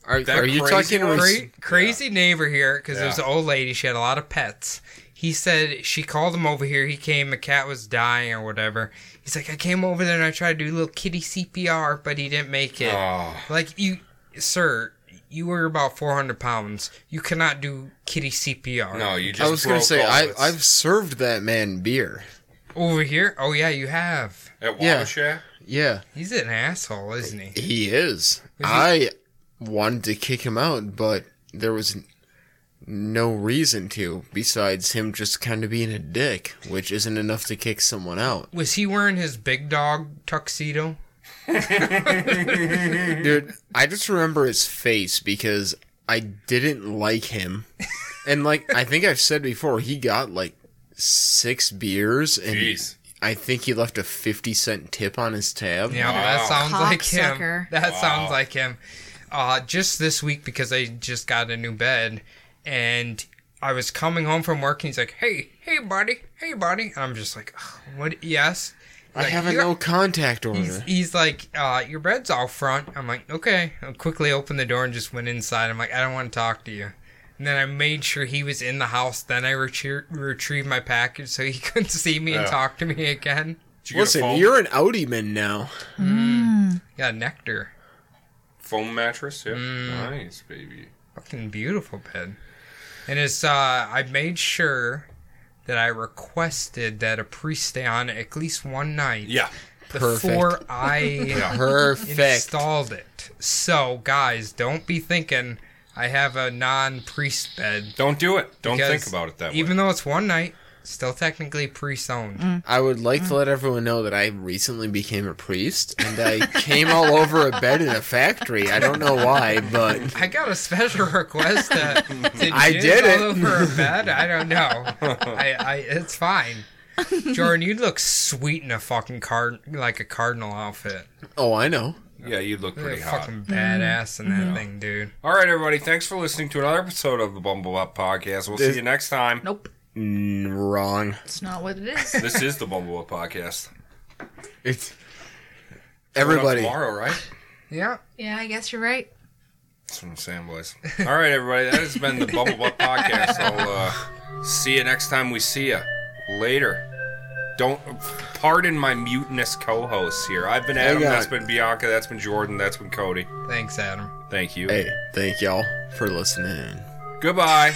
Speaker 5: Are,
Speaker 4: That
Speaker 5: are you
Speaker 4: crazy
Speaker 5: talking?
Speaker 4: one?
Speaker 5: res-
Speaker 3: Cra- crazy neighbor here because
Speaker 4: Yeah.
Speaker 3: there's an old lady. She had a lot of pets. He said she called him over here. He came. The cat was dying or whatever. He's like, I came over there and I tried to do a little kitty CPR, but he didn't make it.
Speaker 4: Oh.
Speaker 3: Like you, sir. You were about 400 pounds. You cannot do kitty CPR.
Speaker 4: No, you just.
Speaker 5: I was gonna
Speaker 4: broke
Speaker 5: say
Speaker 4: all
Speaker 5: I,
Speaker 4: its-
Speaker 5: I've served that man beer.
Speaker 3: Over here? Oh, yeah, you have.
Speaker 4: at
Speaker 5: yeah.
Speaker 4: Wabasha.
Speaker 5: Yeah,
Speaker 3: He's an asshole, isn't he?
Speaker 5: he is. I wanted to kick him out, but there was n- no reason to besides him just kind of being a dick, which isn't enough to kick someone out.
Speaker 3: Was he wearing his big dog tuxedo? Mm-hmm.
Speaker 5: Dude, I just remember his face because I didn't like him. And like I think I've said before, he got like six beers and
Speaker 4: Jeez.
Speaker 5: I think he left a 50 cent tip on his tab.
Speaker 3: Yeah, that sounds like him.
Speaker 6: Cocksucker.
Speaker 3: That sounds like him. Uh, just this week, because I just got a new bed, and I was coming home from work, and he's like, "Hey, hey, buddy, hey, buddy," and I'm just like, "Ugh, "What? Yes."
Speaker 5: I
Speaker 3: Like,
Speaker 5: have a
Speaker 3: "You're-"
Speaker 5: no contact
Speaker 3: He's,
Speaker 5: order.
Speaker 3: he's like, uh, "Your bed's out front." I'm like, "Okay." I quickly opened the door and just went inside. I'm like, "I don't want to talk to you." And then I made sure he was in the house. Then I retrie- retrieved my package so he couldn't see me and
Speaker 4: Yeah.
Speaker 3: talk to me again.
Speaker 4: Did you get a
Speaker 5: Listen,
Speaker 4: foam,
Speaker 5: you're an Audi man now.
Speaker 3: Yeah, nectar.
Speaker 4: foam mattress. Yeah.
Speaker 5: Mm.
Speaker 4: Nice, baby.
Speaker 3: fucking beautiful bed. And it's uh I made sure that I requested that a priest stay on it at least one night
Speaker 4: Yeah.
Speaker 3: before I
Speaker 5: Perfect.
Speaker 3: installed it. So guys, don't be thinking I have a non priest bed.
Speaker 4: Don't do it. Don't think
Speaker 3: because
Speaker 4: about it that way.
Speaker 3: Even though it's one night, still technically priest owned.
Speaker 5: I would like to let everyone know that I recently became a priest and I came all over a bed in a factory. I don't know why, but
Speaker 3: I got a special request to, to
Speaker 5: I
Speaker 3: jizz
Speaker 5: did it.
Speaker 3: all over a bed. I don't know. I, I it's fine. Jordan, you'd look sweet in a fucking card like a cardinal outfit.
Speaker 5: Oh, I know.
Speaker 4: Yeah, you look
Speaker 3: You're
Speaker 4: pretty hot.
Speaker 3: fucking badass in that thing, dude.
Speaker 4: All right, everybody. Thanks for listening to another episode of the Bumble Up Podcast. We'll see
Speaker 5: This-
Speaker 4: you next time.
Speaker 6: Nope.
Speaker 5: Mm, wrong.
Speaker 6: It's not what it is.
Speaker 4: This is the Bumble Up Podcast.
Speaker 5: It's
Speaker 4: Coming up
Speaker 5: everybody.
Speaker 4: Tomorrow, right?
Speaker 3: Yeah.
Speaker 6: yeah, I guess you're right.
Speaker 4: That's what I'm saying, boys. All right, everybody. That has been the Bumble Up Podcast. I'll uh, see you next time we see you. Later. Don't pardon my mutinous co hosts here. I've been Adam.
Speaker 5: on.
Speaker 4: That's been Bianca. That's been Jordan. That's been Cody.
Speaker 3: Thanks, Adam.
Speaker 4: Thank you.
Speaker 5: Hey, thank y'all for listening.
Speaker 4: Goodbye.